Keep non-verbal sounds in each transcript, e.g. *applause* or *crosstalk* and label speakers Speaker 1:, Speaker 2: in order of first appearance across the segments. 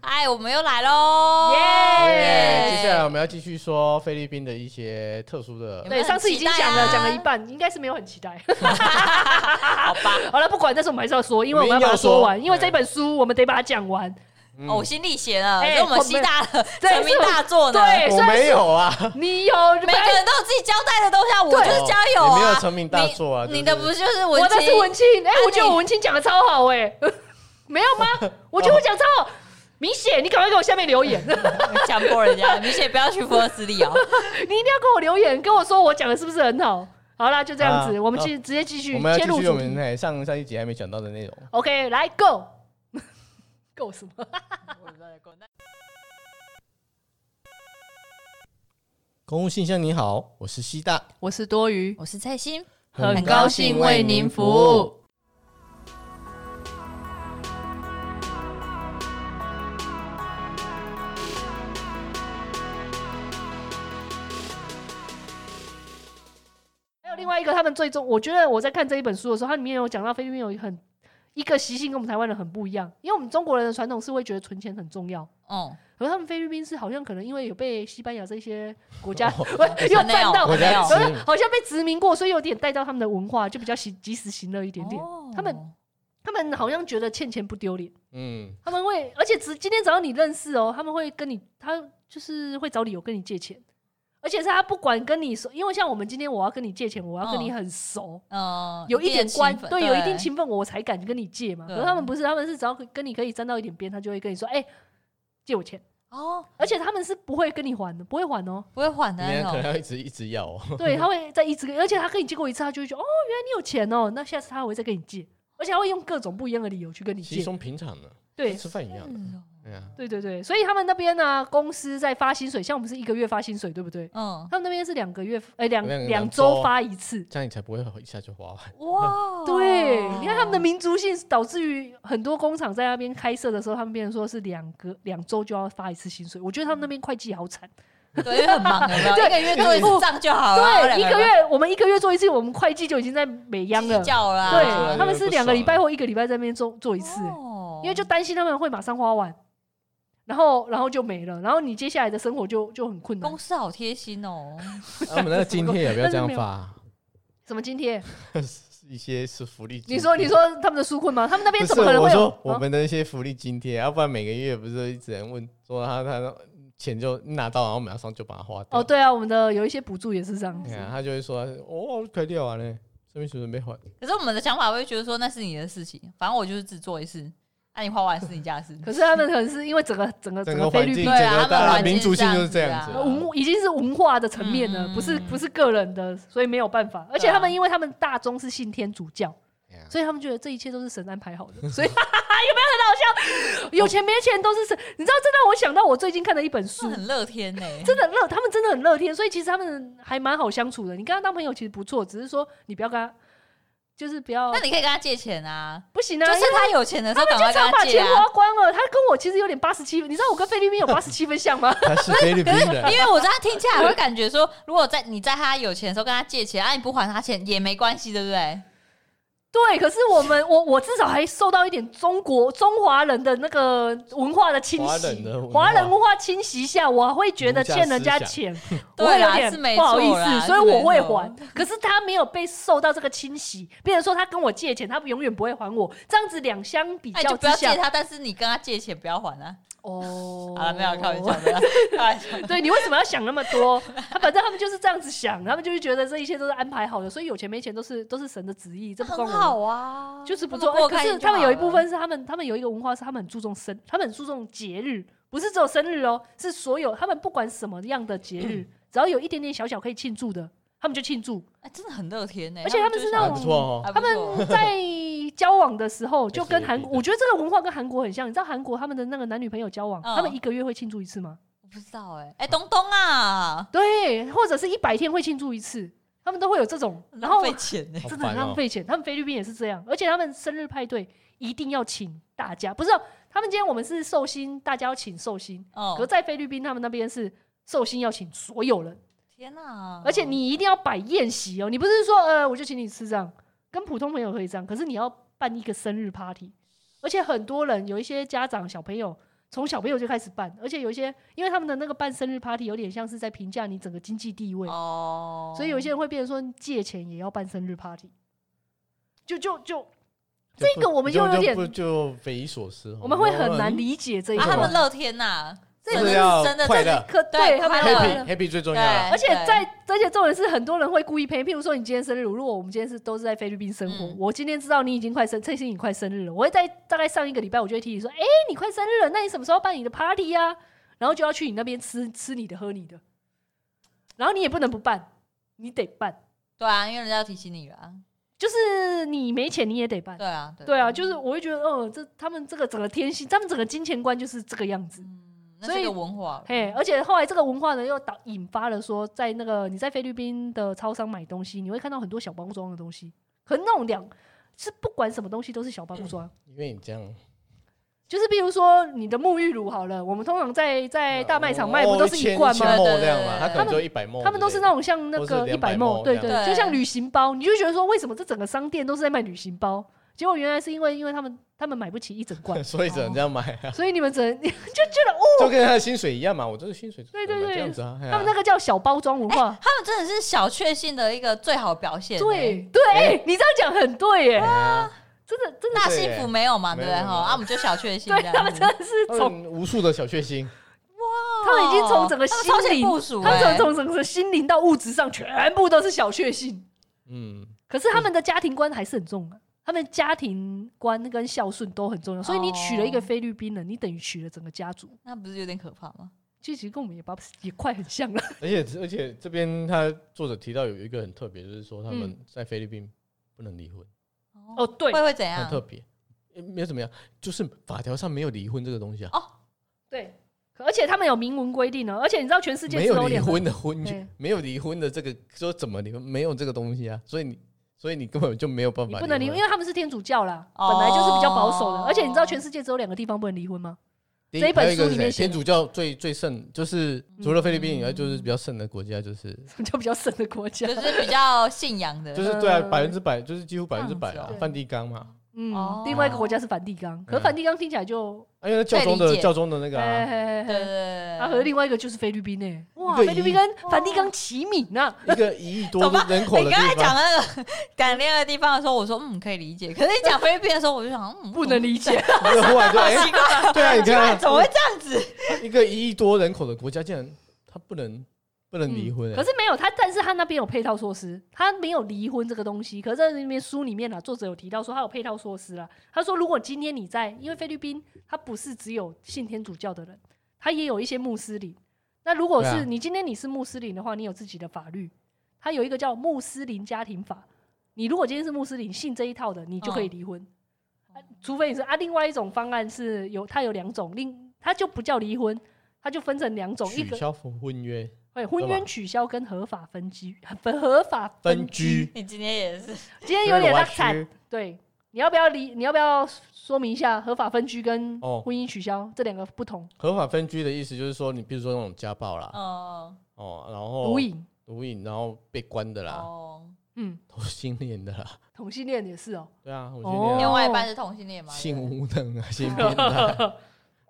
Speaker 1: 爱，哎我们又来喽！
Speaker 2: 耶
Speaker 1: 耶
Speaker 3: 接下来我们要继续说菲律宾的一些特殊的
Speaker 1: 有没有
Speaker 2: 对，
Speaker 1: 很
Speaker 2: 上次已经讲了，
Speaker 1: 期待啊
Speaker 2: 讲了一半，应该是没有很期待。
Speaker 1: *laughs*
Speaker 2: *laughs*
Speaker 1: 好吧，
Speaker 2: 好了，不管，但是我们还是要说，因为我们
Speaker 3: 我
Speaker 2: 要
Speaker 3: 们
Speaker 2: 把
Speaker 3: 一定
Speaker 2: 它
Speaker 3: 要
Speaker 2: 说完，
Speaker 3: 说
Speaker 2: 因为这本书我们得把它讲完。
Speaker 3: 嗯
Speaker 1: 呕哦心沥血了，
Speaker 2: 哎
Speaker 1: 是我们西大的
Speaker 2: 对
Speaker 1: 成名大作呢。
Speaker 2: 对
Speaker 3: 我没有啊，
Speaker 2: 你有
Speaker 1: 每个人都有自己交代的东西啊，我就是交友
Speaker 3: 你
Speaker 1: 啊，
Speaker 3: 没有成名大作啊，
Speaker 1: 你
Speaker 3: 就
Speaker 1: 的
Speaker 3: 是
Speaker 1: 不就是
Speaker 2: 我
Speaker 1: 文
Speaker 2: 的
Speaker 1: 青
Speaker 2: 是？文青，哎、
Speaker 1: 啊
Speaker 2: 我觉得
Speaker 1: 你
Speaker 2: 我文青讲的超好哎、 *laughs* 没有
Speaker 3: *laughs*
Speaker 2: 吗？我觉得我讲超好，明显你赶快给我下面留
Speaker 3: *laughs*
Speaker 2: 言，你一定
Speaker 1: 强迫人家，明显不要去福尔斯利哦。
Speaker 2: 要跟我留言，跟我说我讲的是不是很好。好啦，就这样子，
Speaker 3: 啊
Speaker 2: 我们继直接继续
Speaker 3: 我们要
Speaker 2: 切入
Speaker 3: 继续我
Speaker 2: 主
Speaker 3: 们
Speaker 2: 题。
Speaker 3: 哎上上一集还没讲到的内容。
Speaker 2: OK，来 Go *laughs* Go 什么？
Speaker 3: 公务信箱，你好，我是西大，
Speaker 4: 我是多余，
Speaker 1: 我是蔡心，
Speaker 4: 很高兴为您服务。。
Speaker 2: 还有另外一个，他们最终，我觉得我在看这一本书的时候，它里面有讲到菲律宾有一个很一个习性跟我们台湾人很不一样，因为我们中国人的传统是会觉得存钱很重要，
Speaker 1: 嗯，
Speaker 2: 可是他们菲律宾是好像可能因为有被西班牙这些国家 *laughs*
Speaker 3: 哦
Speaker 2: 又占到，
Speaker 3: 我
Speaker 1: 没有
Speaker 3: 家
Speaker 2: 好像好像被殖民过，所以有点带到他们的文化，就比较及及时行乐一点点。
Speaker 1: 哦
Speaker 2: 他们他们好像觉得欠钱不丢脸，
Speaker 3: 嗯，
Speaker 2: 他们会，而且只今天早上你认识哦，他们会跟你，他就是会找理由跟你借钱，而且是他不管跟你说，因为像我们今天我要跟你借钱，我要跟你很熟，
Speaker 1: 嗯
Speaker 2: 哦有一点关，
Speaker 1: 情分
Speaker 2: 对，有一嗯定情分，我才敢跟你借嘛。
Speaker 1: 对
Speaker 2: 可是他们不是，他们是只要跟你可以沾到一点边，他就会跟你说，哎、借我钱，
Speaker 1: 哦，
Speaker 2: 而且他们是不会跟你还的，不会还 *laughs* 哦，
Speaker 1: 不会还
Speaker 3: 你
Speaker 1: 的
Speaker 3: 们
Speaker 1: 那
Speaker 3: 可能
Speaker 1: 种。
Speaker 3: 要一直一直要哦。
Speaker 2: 对，他会再一直跟，而且他跟你借过一次，他就会觉得哦，原来你有钱哦，那下次他还会再跟你借，而且他会用各种不一样的理由去跟你
Speaker 3: 稀
Speaker 2: 借。
Speaker 3: 松平常的，
Speaker 2: 对
Speaker 3: 跟吃饭一样的。
Speaker 1: 嗯
Speaker 3: 哎呀，
Speaker 2: 对对对，所以他们那边呢、公司在发薪水，像我们是一个月发薪水，对不对？
Speaker 1: 嗯，
Speaker 2: 他们那边是两个月，呃，两
Speaker 3: 两
Speaker 2: 两
Speaker 3: 两
Speaker 2: 周
Speaker 3: 周
Speaker 2: 发一次。
Speaker 3: 这样你才不会一下就花完。
Speaker 1: 嗯哇，
Speaker 2: 对，你看他们
Speaker 1: 哦
Speaker 2: 的民族性，导致于很多工厂在那边开设的时候，他们变成说是两个两周就要发一次薪水。我觉得他们那边会计好惨，
Speaker 1: 的对，因为很忙，有没有？
Speaker 2: 对哦
Speaker 1: 一个月做一次账就好了。
Speaker 2: 对，一个月我们一个月做一次，我们会计就已经在美央了
Speaker 1: 计。较啦。
Speaker 3: 啊
Speaker 2: 对，他
Speaker 3: 那
Speaker 2: 们
Speaker 3: 就是不
Speaker 2: 两个礼
Speaker 3: 爽
Speaker 2: 拜或一个礼拜在那边做做一次、欸
Speaker 1: 哦
Speaker 2: 因为就担心他们会马上花完，然后然后就没了，然后你接下来的生活就就很困难
Speaker 1: 公。司好贴心哦。
Speaker 3: 啊我们那个津贴也不要这样发，啊
Speaker 2: 什么津贴？
Speaker 3: 一些是福利津贴。
Speaker 2: 你说你说他们的纾困吗？他们那边
Speaker 3: 不
Speaker 2: 怎
Speaker 3: 是？
Speaker 2: 么可能
Speaker 3: 我
Speaker 2: 会有？嗯
Speaker 3: 说我们的一些福利津贴，啊要不然每个月不是一直人问说他他钱就拿到，然后马上就把它花掉。
Speaker 2: 哦，对啊，我们的有一些补助也是这样
Speaker 3: 哎
Speaker 2: 子。
Speaker 3: 呀，他就会说哦，快掉完了，这边水准备还。
Speaker 1: 可是我们的想法会觉得说那是你的事情，反正我就是只做一次，那、你花完是你家的事。
Speaker 2: 可是他们可能是因为整个整个
Speaker 3: 整
Speaker 2: 个
Speaker 3: 个
Speaker 2: 菲
Speaker 3: 环
Speaker 2: 律
Speaker 3: 境，
Speaker 2: 宾
Speaker 3: 整
Speaker 1: 对啊
Speaker 3: 个
Speaker 1: 他们
Speaker 3: 大
Speaker 1: 环
Speaker 3: 家
Speaker 1: 境
Speaker 3: 民族性就是
Speaker 1: 这
Speaker 3: 这
Speaker 1: 样
Speaker 3: 样
Speaker 1: 子
Speaker 3: 子
Speaker 1: 啊
Speaker 3: 啊。
Speaker 2: 呃文已经是文化的层面了，
Speaker 1: 嗯啊
Speaker 2: 不是不是个人的，所以没有办法。而且他们因为他们大宗是信天主教，
Speaker 3: 哎呀
Speaker 2: 所以他们觉得这一切都是神安排好的，所以 *laughs* 有没有很好笑？有钱没钱都是神，你知道这让我想到我最近看的一本
Speaker 1: 是
Speaker 2: 书，
Speaker 1: 很乐天呢、
Speaker 2: 真的乐，他们真的很乐天，所以其实他们还蛮好相处的。你跟他当朋友其实不错，只是说你不要跟他，就是不要
Speaker 1: 那你可以跟他借钱啊，
Speaker 2: 不行啊，
Speaker 1: 就是
Speaker 2: 因为
Speaker 1: 他有钱的时候赶
Speaker 2: 他
Speaker 1: 快
Speaker 2: 经
Speaker 1: 跟
Speaker 2: 常把
Speaker 1: 借
Speaker 2: 钱
Speaker 1: 啊
Speaker 2: 花。光了。他跟我其实有点八十七分，你知道我跟菲律宾有八十七分像吗？
Speaker 3: *laughs* 他是菲律
Speaker 2: *laughs*
Speaker 3: 宾
Speaker 1: 因
Speaker 3: 人，
Speaker 1: 为我这样听起来会感觉说，如果在你在他有钱的时候跟他借钱，啊你不还他钱也没关系，对不对？
Speaker 2: 对，可是我们我我至少还受到一点中国中华人的那个文化的侵
Speaker 3: 华人
Speaker 2: 袭
Speaker 3: 的，文化
Speaker 2: 华人文化侵袭下，我会觉得
Speaker 3: 儒家
Speaker 2: 欠人家
Speaker 3: 思想
Speaker 1: *laughs*
Speaker 2: 钱，我
Speaker 1: 对
Speaker 2: 会有
Speaker 1: 啦，
Speaker 2: 点
Speaker 1: 是没
Speaker 2: 不好
Speaker 1: 错
Speaker 2: 意
Speaker 1: 啦
Speaker 2: 思，所以我会。还
Speaker 1: 是。
Speaker 2: 可是他没有被受到这个侵袭，变成说他跟我借钱，他永远不会还我。这样子两相比
Speaker 1: 没错哎，你就
Speaker 2: 较
Speaker 1: 不
Speaker 2: 之
Speaker 1: 要
Speaker 2: 下
Speaker 1: 借，他，但是你跟他借钱不要还啊。
Speaker 2: 哦，
Speaker 1: *laughs* 好了，没有开玩笑，。没有开玩笑。
Speaker 2: 对你为什么要想那么多？他反正他们就是这样子想，他们就是觉得这一切都是安排好的，所以有钱没钱都是都是神的旨意，这不
Speaker 1: 很
Speaker 2: 关我们
Speaker 1: 好啊，
Speaker 2: 就是不
Speaker 1: 做。
Speaker 2: 错。哎可
Speaker 1: 开
Speaker 2: 是
Speaker 1: 心就
Speaker 2: 他们
Speaker 1: 好
Speaker 2: 有一
Speaker 1: 了
Speaker 2: 部分是他们，他们有一个文化是他们很注重生，他们很注重节日，不是只有生日哦，是所有他们不管什么样的节日，只要有一点点小小可以庆祝的，他们就庆祝。
Speaker 1: 哎，真的很乐天呢。
Speaker 2: 而且他们是那
Speaker 3: 还
Speaker 2: 种啊
Speaker 3: 不错哦。
Speaker 1: 他们
Speaker 2: 在交往的时候，就跟
Speaker 3: 也是
Speaker 2: 韩，
Speaker 3: 有一
Speaker 2: 我觉得这个文化跟韩国很像。你知道韩国他们的那个男女朋友交往，
Speaker 1: 嗯
Speaker 2: 他们一个月会庆祝一次吗？
Speaker 1: 我不知道哎，哎，东东啊，
Speaker 2: 对，或者是一百天会庆祝一次，他们都会有这种。然后
Speaker 1: 浪费钱欸
Speaker 2: *laughs*
Speaker 1: 呢。
Speaker 3: 好
Speaker 2: 真的很
Speaker 3: 烦哦
Speaker 2: 浪费钱。他们菲律宾也是这样，而且他们生日派对一定要请大家，不是哦、他们今天我们是寿星，大家要请寿星。
Speaker 1: 哦
Speaker 2: 可在菲律宾，他们那边是寿星要请所有人，
Speaker 1: 天
Speaker 3: 哦
Speaker 1: 啊哪！
Speaker 2: 而且你一定要摆宴席哦。你不是说呃，我就请你吃这样，跟普通朋友可以这样，可是你要办一个生日 party，而且很多人有一些家长小朋友，从小朋友就开始办，而且有一些，因为他们的那个办生日 party 有点像是在评价你整个经济地位，
Speaker 1: 哦，
Speaker 2: 所以有些人会变成说借钱也要办生日 party，就就就
Speaker 3: 就不
Speaker 2: 这个我们又有点
Speaker 3: 就就不就匪夷所思，哦
Speaker 2: 我们会很难理解这一
Speaker 1: 啊，
Speaker 3: 对
Speaker 1: 他们
Speaker 2: 块。
Speaker 1: 乐天呐，
Speaker 2: 这
Speaker 1: 这
Speaker 3: 个
Speaker 1: 个
Speaker 3: 要
Speaker 1: 是真的
Speaker 3: 快
Speaker 1: 这
Speaker 3: 乐
Speaker 1: 个
Speaker 2: 可
Speaker 1: 对
Speaker 2: 他们
Speaker 1: 快乐
Speaker 2: 很
Speaker 3: happy happy 最重要
Speaker 1: 对
Speaker 3: 啊，
Speaker 2: 而且
Speaker 1: 对
Speaker 2: 在，而且重点是很多人会故意骗。譬如说，你今天生日，如果我们今天是都是在菲律宾生活，
Speaker 1: 嗯
Speaker 2: 我今天知道你已经快生，这是你快生日了，我会在大概上一个礼拜，我就会提你说，哎、你快生日了，那你什么时候办你的 party 呀、然后就要去你那边吃吃你的喝你的，然后你也不能不办，你得办，
Speaker 1: 对啊，因为人家要提醒你了啊，
Speaker 2: 就是你没钱你也得办。
Speaker 1: 对啊，
Speaker 2: 对啊，就是我会觉得，哦，这他们这个整个天性，他们整个金钱观就是这个样子。
Speaker 1: 嗯那
Speaker 2: 所
Speaker 1: 是
Speaker 2: 以
Speaker 1: 个文化了，
Speaker 2: 嘿，而且后来这个文化呢，又导引发了说，在那个你在菲律宾的超商买东西，你会看到很多小包装的东西，可是那种两是不管什么东西都是小包装，
Speaker 3: 因为你这样
Speaker 2: 就是比如说你的沐浴乳好了，我们通常在在哎大卖场卖不都是一罐
Speaker 3: 哦
Speaker 2: 吗？
Speaker 1: 对
Speaker 3: 千墨
Speaker 1: 对对
Speaker 3: 这样嘛，他可
Speaker 2: 他
Speaker 3: 能
Speaker 2: 们
Speaker 3: 就一百墨，
Speaker 2: 他们都是那
Speaker 3: 种
Speaker 2: 种像那
Speaker 3: 都
Speaker 2: 个
Speaker 3: 是
Speaker 2: 一
Speaker 3: 200
Speaker 2: 百梦，
Speaker 3: ml
Speaker 2: 对
Speaker 3: 这，
Speaker 2: 对，
Speaker 1: 样
Speaker 2: 就像
Speaker 1: 对
Speaker 2: 旅行包，你就觉得说为什么这整个商店都是在卖旅行包？结果原来是因为因为他们他们买不起一整罐
Speaker 3: *laughs* 所以只能这样买啊，
Speaker 2: 所以你们只能
Speaker 3: 就跟他的薪水一样嘛，我这个薪水
Speaker 2: 对对对
Speaker 3: 这样子
Speaker 1: 嗯
Speaker 3: 啊，
Speaker 2: 他们那个叫小包装文化。
Speaker 1: 他们真的是小确幸的一个最好表现，
Speaker 2: 哎
Speaker 1: 欸
Speaker 2: 对，对，哎你这样讲很对耶，
Speaker 1: 嗯
Speaker 3: 那
Speaker 2: 真的真的
Speaker 1: 大幸福没有嘛，对不
Speaker 3: 对
Speaker 1: 对
Speaker 3: 没有
Speaker 1: 哈？
Speaker 3: 没有
Speaker 1: 啊，我们就小确幸，
Speaker 2: 对他们真
Speaker 1: 的，
Speaker 2: 的是从
Speaker 3: 从无数的小确幸，
Speaker 2: 他们已经从整个
Speaker 1: 哦他们
Speaker 2: 心
Speaker 1: 超前
Speaker 2: 灵
Speaker 1: 部署，
Speaker 2: 他们
Speaker 1: 欸
Speaker 2: 从从整个心灵到物质上全部都是小确幸，
Speaker 3: 嗯，
Speaker 2: 可是他们的家庭观还是很重的。他们家庭观跟孝顺都很重要，所以你娶了一个
Speaker 1: 哦
Speaker 2: 菲律宾人，你等于娶了整个家族。
Speaker 1: 那不是有点可怕吗？
Speaker 2: 其实跟我们也把也快很像了。
Speaker 3: 而且而且这边他作者提到有一个很特别，就是说他
Speaker 2: 嗯
Speaker 3: 们在菲律宾不能离婚，
Speaker 2: 哦，对
Speaker 1: 会会怎样
Speaker 3: 很？特别，呃没有怎么样，就是法条上没有离婚这个东
Speaker 2: 哦
Speaker 3: 西啊，
Speaker 2: 对，而且他们有明文规定哦，而且你知道全世界
Speaker 3: 没
Speaker 2: 只有
Speaker 3: 有离
Speaker 2: 两个
Speaker 3: 婚的婚
Speaker 2: 对
Speaker 3: 约，没有离婚的这个说怎么离婚，没有这个东西啊，所以你所以你根本就没有办
Speaker 2: 你
Speaker 3: 法，
Speaker 2: 不能离婚，因
Speaker 3: 婚。啊
Speaker 2: 为他们是天主教啦，
Speaker 1: 哦
Speaker 2: 本来就是比较保守的。而且你知道，全世界只有两个地方不能离婚吗？ *laughs*
Speaker 3: 第
Speaker 2: 这一本
Speaker 3: 还有一个
Speaker 2: 书里面
Speaker 3: 是谁
Speaker 2: 写的嗯
Speaker 3: 天主教最最圣，就是除了菲律宾以外，就是比较圣的国家，就是
Speaker 2: 就比较深的
Speaker 1: *laughs*
Speaker 2: 国家
Speaker 1: 就。是比较信仰的，
Speaker 3: 就是对啊，
Speaker 2: 呃
Speaker 3: 百分之百就是几乎百分之百
Speaker 1: 嗯这样
Speaker 3: 啊
Speaker 1: 子
Speaker 2: 哦，
Speaker 3: 梵蒂冈嘛，
Speaker 1: 哦
Speaker 2: 嗯，另外一个国家是梵蒂冈，可是
Speaker 3: 嗯
Speaker 2: 梵蒂冈听起来就，
Speaker 3: 啊因为教宗
Speaker 1: 可以理
Speaker 3: 的
Speaker 1: 解
Speaker 3: 教宗的那个
Speaker 2: 嘿
Speaker 3: 啊，
Speaker 2: 嘿嘿
Speaker 1: 对对
Speaker 2: 嘿
Speaker 1: 对
Speaker 2: 啊，
Speaker 1: 对
Speaker 2: 和另外一个就是菲律宾呢、哇，
Speaker 3: 一个
Speaker 2: 菲律
Speaker 3: 一
Speaker 2: 宾跟梵蒂冈齐名啊呢。
Speaker 3: 一个一亿多
Speaker 1: 怎么
Speaker 3: 人口
Speaker 1: 你
Speaker 3: 的
Speaker 1: 刚才
Speaker 3: 地
Speaker 1: 讲
Speaker 3: 方，
Speaker 1: 那个讲恋爱的地方的时候，我说嗯可以理解，可是你讲菲律宾的时候，我就想嗯
Speaker 2: 不能理解，
Speaker 3: 那忽然就哎，
Speaker 1: 奇
Speaker 3: *laughs*
Speaker 1: 怪，
Speaker 3: 对啊，你看啊
Speaker 1: 怎么会这样子？
Speaker 3: 一个一亿多人口的国家，竟然他不能不能
Speaker 1: 嗯
Speaker 3: 离婚、欸
Speaker 2: 嗯可是没有他，但是他那边有配套措施，他没有离婚这个东西。可是在那边书里面啊，作者有提到说他有配套措施啦。他说，如果今天你在，因为菲律宾他不是只有信天主教的人，他也有一些穆斯林。那如果
Speaker 3: 对啊
Speaker 2: 是你今天你是穆斯林的话，你有自己的法律，他有一个叫穆斯林家庭法。你如果今天是穆斯林，信这一套的，你就可以
Speaker 1: 嗯
Speaker 2: 离婚。啊除非你是啊，另外一种方案是有，它有两种，另它就不叫离婚，它就分成两种，一
Speaker 3: 取
Speaker 2: 个
Speaker 3: 消婚约
Speaker 2: 哎，婚
Speaker 3: 对吧
Speaker 2: 冤取消跟合法分居，合合法
Speaker 3: 分。居，
Speaker 1: 你今天也是，
Speaker 2: 今天有点拉
Speaker 3: 这
Speaker 2: 惨
Speaker 3: 个，
Speaker 2: 对，你要不要离？你要不要说明一下合法分居跟
Speaker 3: 哦
Speaker 2: 婚姻取消这两个不同？
Speaker 3: 合法分居的意思就是说，你比如说那种家暴啦，
Speaker 1: 哦
Speaker 3: 哦，然后
Speaker 2: 毒瘾，
Speaker 3: 毒瘾，然后被关的啦，
Speaker 1: 哦，
Speaker 2: 嗯，
Speaker 3: 同性恋
Speaker 1: *laughs*
Speaker 3: 的啦，
Speaker 2: 同性恋也是哦，
Speaker 3: 对啊，同性恋
Speaker 1: 另
Speaker 3: 啊、
Speaker 1: 外一半是同性恋嘛？
Speaker 3: 性
Speaker 1: 对
Speaker 3: 无能啊， *laughs* 性变态，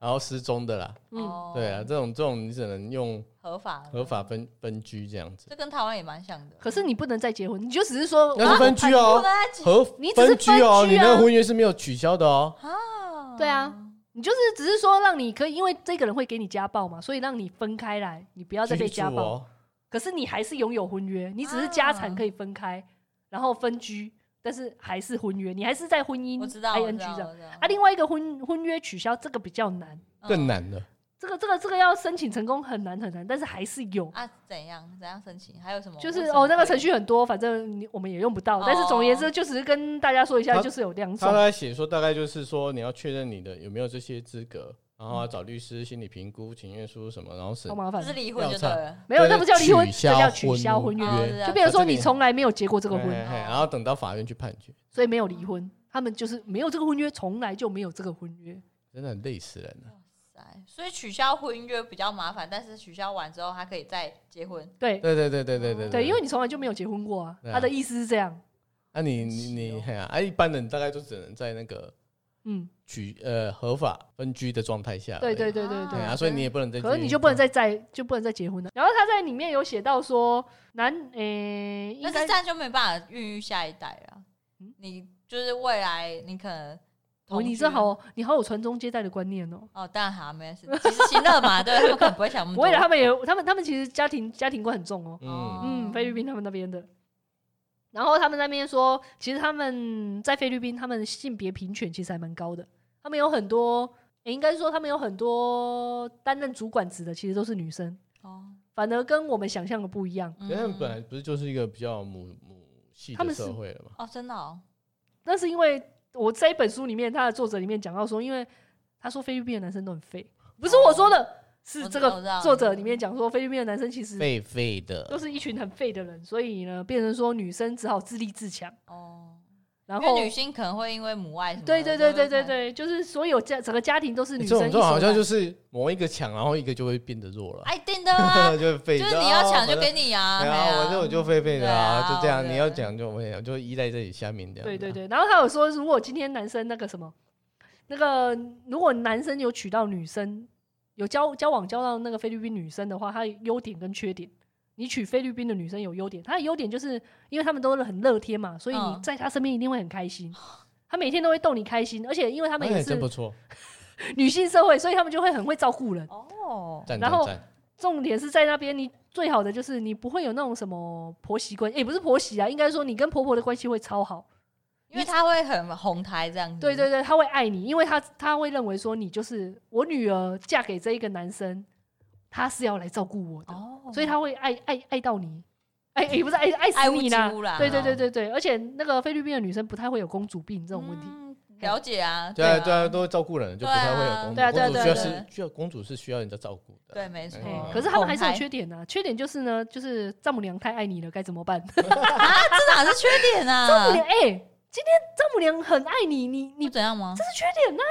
Speaker 3: 然后失踪的啦，
Speaker 1: 不对
Speaker 2: 嗯，
Speaker 1: 哦
Speaker 3: 对啊，这种这种你只能用
Speaker 1: 合法的
Speaker 3: 合，法分分居这样子，
Speaker 1: 这跟台湾也蛮像的。啊
Speaker 2: 可是你不能再结婚，你就只是说
Speaker 3: 那是分居哦
Speaker 1: 不能再结
Speaker 3: 合
Speaker 2: 你只是
Speaker 3: 分居哦，
Speaker 2: 分居啊
Speaker 3: 你那个婚约是没有取消的哦，
Speaker 1: 啊
Speaker 2: 对啊，你就是只是说让你可以，因为这个人会给你家暴嘛，所以让你分开来，你不要再被
Speaker 3: 居住
Speaker 2: 家暴。
Speaker 3: 哦，
Speaker 2: 可是你还是拥有婚约，你只是
Speaker 1: 啊
Speaker 2: 家产可以分开，然后分居，但是还是婚约，你还是在婚姻
Speaker 1: 我知道，我
Speaker 2: ing
Speaker 1: 知
Speaker 2: 这
Speaker 1: 道，
Speaker 2: 样。
Speaker 1: 我知道
Speaker 2: 啊，另外一个婚婚约取消这个比较难，
Speaker 3: 更
Speaker 1: 嗯
Speaker 3: 难的，
Speaker 2: 这个这个这个要申请成功很难很难，但是还是有，
Speaker 1: 啊？怎样怎样申请？还有什么？
Speaker 2: 就是
Speaker 1: 为什么
Speaker 2: 哦那个程序很多，反正你我们也用不到，但是总而言之，就只是跟大家说一下，
Speaker 3: 他
Speaker 2: 就是有两
Speaker 3: 他
Speaker 2: 种，
Speaker 3: 在写说，大概就是说你要确认你的有没有这些资格，然后要找律师、心理评估、请愿书什么，然后审
Speaker 2: 好。麻
Speaker 1: 就
Speaker 2: 烦
Speaker 1: 是，离婚就对了，
Speaker 2: 哦没有那不叫离婚，
Speaker 3: 取
Speaker 2: 这
Speaker 3: 消
Speaker 2: 叫取消婚约
Speaker 1: 约，哦
Speaker 2: 就变成说你
Speaker 3: 从
Speaker 2: 从来没有结过这个婚，
Speaker 3: 然后等到法院去判决，
Speaker 2: 所以没有离婚，他们就是没有这个婚约，从来就没有这个婚约，
Speaker 3: 真的很累死人啊了。
Speaker 1: 哎所以取消婚约比较麻烦，但是取消完之后还可以再结婚。
Speaker 2: 对
Speaker 3: 对对对对对对
Speaker 2: 对，因为你从来就没有结婚过啊，
Speaker 3: 对啊
Speaker 2: 他的意思是这样，哦
Speaker 3: 啊啊你你你哎呀，啊一般人大概就只能在那个
Speaker 2: 嗯，
Speaker 3: 居呃合法分居的状态下而
Speaker 2: 对
Speaker 3: 已，
Speaker 2: 对对对
Speaker 3: 对
Speaker 2: 哦对。
Speaker 3: 啊，所以你也不能再去，
Speaker 2: 可是你就不能再再就不能再结婚了。然后他在里面有写到说，男诶、应
Speaker 1: 啊但是
Speaker 2: 该哦
Speaker 1: 这样就没办法孕育下一代了
Speaker 2: 嗯。
Speaker 1: 你就是未来你可能同
Speaker 2: 哦，
Speaker 1: 居，
Speaker 2: 你这好，你好有传宗接代的观念哦。
Speaker 1: 哦，当然好，没事，及时行乐嘛，对，他们可能不会想那么
Speaker 2: *laughs* 不
Speaker 1: 多。哦
Speaker 2: 会的，他们也他们他们其实家庭家庭观很重哦。
Speaker 3: 嗯，
Speaker 2: 嗯，菲律宾他们那边的。然后他们那边说，其实他们在菲律宾，他们性别平权其实还蛮高的。他们有很多，诶应该是说他们有很多担任主管职的，其实都是女生，
Speaker 1: 哦，
Speaker 2: 反而跟我们想象的不一样。
Speaker 1: 嗯
Speaker 3: 可是他们本来不是就是一个比较母母系
Speaker 2: 他
Speaker 3: 的
Speaker 2: 们是
Speaker 3: 社会了嘛，
Speaker 1: 哦，真的哦，
Speaker 2: 那是因为我在一本书里面，他的作者里面讲到说，因为他说菲律宾的男生都很废，不是我说的，是
Speaker 1: 哦我
Speaker 2: 这
Speaker 1: 我知道
Speaker 2: 个作者里面讲说，菲律宾的男生其实
Speaker 3: 废废
Speaker 2: 都
Speaker 3: 的，
Speaker 2: 是一群很废的人，所以呢，变成说女生只好自立自强，
Speaker 1: 哦，
Speaker 2: 然
Speaker 1: 因
Speaker 2: 后
Speaker 1: 为女性可能会因为母爱什么的，
Speaker 2: 对对对对
Speaker 1: 就会
Speaker 2: 对对，就是所有家整个家庭都是
Speaker 3: 欸这
Speaker 2: 女
Speaker 3: 种
Speaker 2: 生
Speaker 3: 这
Speaker 2: 一
Speaker 3: 种好
Speaker 2: 手哎
Speaker 3: 像
Speaker 2: 拉
Speaker 3: 就是某一个强，然后一个就会变得弱了，
Speaker 1: 看，一定的
Speaker 3: *laughs*
Speaker 1: 啊，
Speaker 3: 就会废，
Speaker 1: 就是你要抢就
Speaker 3: 跟。
Speaker 1: 给你啊，
Speaker 3: 对
Speaker 1: 嘿
Speaker 3: 啊，我这我就废废的
Speaker 1: 对
Speaker 3: 啊，
Speaker 1: 啊
Speaker 3: 就这样。
Speaker 1: 对
Speaker 3: 你要讲就我也就依赖这里下面这样。啊
Speaker 2: 对对，对，然后他有说，如果今天男生那个什么，那个如果男生有娶到女生，有交交往交到那个菲律宾女生的话，她有优点跟缺点。你娶菲律宾的女生有优点，她的优点就是因为他们都很乐天嘛，所以你
Speaker 1: 嗯
Speaker 2: 在她身边一定会很开心。她每天都会逗你开心，而且因为她
Speaker 3: 他
Speaker 2: 们也是
Speaker 3: 哎真不错，
Speaker 2: 女性社会，所以她们就会很会照顾人。
Speaker 1: 哦，
Speaker 3: 赞
Speaker 2: 然
Speaker 3: 赞
Speaker 2: 后
Speaker 3: 赞。
Speaker 2: 重点是在那边，你最好的就是你不会有那种什么婆媳关，也、不是婆媳啊，应该说你跟婆婆的关系会超好。
Speaker 1: 因为他会很红台这样子，
Speaker 2: 对对对，她会爱你，因为她她会认为说你就是我女儿嫁给这一个男生，他是要来照顾我的，
Speaker 1: 哦，
Speaker 2: 所以她会爱爱爱到你，爱也、不是爱
Speaker 1: 爱
Speaker 2: 爱死
Speaker 1: 屋
Speaker 2: 你
Speaker 1: 及
Speaker 2: 啦。
Speaker 1: 乌啦，
Speaker 2: 对对对对对，而且那个菲律宾的女生不太会有公主病这种问题。
Speaker 1: 嗯了解啊，
Speaker 3: 对啊，
Speaker 1: 啊
Speaker 3: 对啊，都会照顾人，就不太会有公主。
Speaker 1: 对
Speaker 2: 啊对啊
Speaker 3: 公主
Speaker 2: 对啊对
Speaker 3: 需要
Speaker 2: 啊
Speaker 3: 是需要公主是需要人家照顾的。
Speaker 1: 对，没错
Speaker 3: 哎哦。
Speaker 2: 可是他们还是有
Speaker 1: 红
Speaker 2: 缺点啊，缺点就是呢，就是丈母娘太爱你了，该怎么办？
Speaker 1: 台啊，这哪是缺点
Speaker 2: *laughs*
Speaker 1: 啊？
Speaker 2: 丈母娘，哎、今天丈母娘很爱你，你你
Speaker 1: 你怎样吗
Speaker 2: 这？是缺点呐、